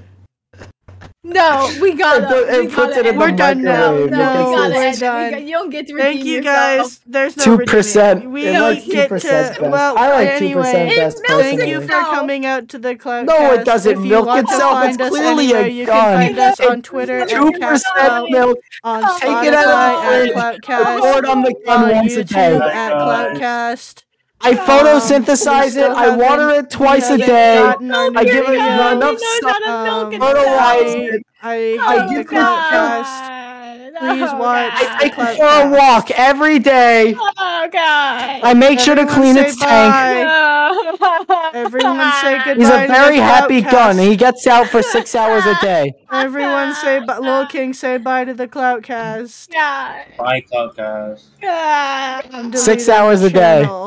[SPEAKER 2] No, we got
[SPEAKER 4] It
[SPEAKER 2] it.
[SPEAKER 4] puts it in the
[SPEAKER 1] We're done now.
[SPEAKER 4] microwave. It
[SPEAKER 1] No,
[SPEAKER 4] gets
[SPEAKER 1] we
[SPEAKER 4] it-
[SPEAKER 1] gotta-
[SPEAKER 2] You don't get to redeem
[SPEAKER 1] Thank you
[SPEAKER 2] yourself.
[SPEAKER 1] guys. There's no
[SPEAKER 4] Two
[SPEAKER 1] redeeming.
[SPEAKER 4] percent.
[SPEAKER 1] We
[SPEAKER 4] It
[SPEAKER 1] don't
[SPEAKER 4] likes
[SPEAKER 1] get
[SPEAKER 4] two percent
[SPEAKER 1] to.
[SPEAKER 4] best.
[SPEAKER 1] Well,
[SPEAKER 4] I like two
[SPEAKER 1] anyway,
[SPEAKER 4] percent best
[SPEAKER 2] It milks
[SPEAKER 4] personally.
[SPEAKER 1] Thank you for
[SPEAKER 2] No.
[SPEAKER 1] coming out to the cloud.
[SPEAKER 4] No, it doesn't
[SPEAKER 1] If you
[SPEAKER 4] milk
[SPEAKER 1] want to
[SPEAKER 4] itself.
[SPEAKER 1] find
[SPEAKER 4] It's
[SPEAKER 1] us
[SPEAKER 4] clearly a
[SPEAKER 1] anywhere, you
[SPEAKER 4] gun.
[SPEAKER 1] can find us
[SPEAKER 4] It's
[SPEAKER 1] on Twitter at
[SPEAKER 4] Two percent
[SPEAKER 1] Clout,
[SPEAKER 4] milk.
[SPEAKER 1] on
[SPEAKER 4] Take
[SPEAKER 1] Spotify
[SPEAKER 4] it out of
[SPEAKER 1] at
[SPEAKER 4] the fridge.
[SPEAKER 1] Cloutcast,
[SPEAKER 4] Report on the gun
[SPEAKER 1] on
[SPEAKER 4] once a
[SPEAKER 3] Oh
[SPEAKER 1] YouTube
[SPEAKER 4] day.
[SPEAKER 1] at
[SPEAKER 3] Guys.
[SPEAKER 1] Cloutcast.
[SPEAKER 4] I
[SPEAKER 1] we
[SPEAKER 4] photosynthesize it.
[SPEAKER 1] still
[SPEAKER 4] I water it twice a
[SPEAKER 1] haven't
[SPEAKER 4] day.
[SPEAKER 1] gotten our
[SPEAKER 4] I
[SPEAKER 1] new
[SPEAKER 4] give it
[SPEAKER 1] video.
[SPEAKER 4] not enough
[SPEAKER 2] knows
[SPEAKER 4] stuff.
[SPEAKER 2] how to milk
[SPEAKER 1] Um,
[SPEAKER 2] it
[SPEAKER 4] Fertilize it.
[SPEAKER 1] I
[SPEAKER 2] Oh,
[SPEAKER 1] hate the
[SPEAKER 2] God.
[SPEAKER 1] Cloutcast. Please
[SPEAKER 2] Oh,
[SPEAKER 1] watch
[SPEAKER 2] God.
[SPEAKER 4] I take it for a walk every day.
[SPEAKER 2] Oh god.
[SPEAKER 4] I make sure to
[SPEAKER 1] Everyone
[SPEAKER 4] clean
[SPEAKER 1] say
[SPEAKER 4] its tank.
[SPEAKER 1] bye.
[SPEAKER 2] No.
[SPEAKER 1] Everyone say goodbye.
[SPEAKER 4] He's
[SPEAKER 1] to
[SPEAKER 4] a
[SPEAKER 1] the
[SPEAKER 4] very happy
[SPEAKER 1] Cloutcast.
[SPEAKER 4] gun. He gets out for six hours a day.
[SPEAKER 1] Everyone say bye. Lil King say bye to the Cloutcast.
[SPEAKER 2] God.
[SPEAKER 3] Bye, Cloud guys.
[SPEAKER 2] God.
[SPEAKER 4] Six
[SPEAKER 1] Delete
[SPEAKER 4] hours a day.
[SPEAKER 1] channel.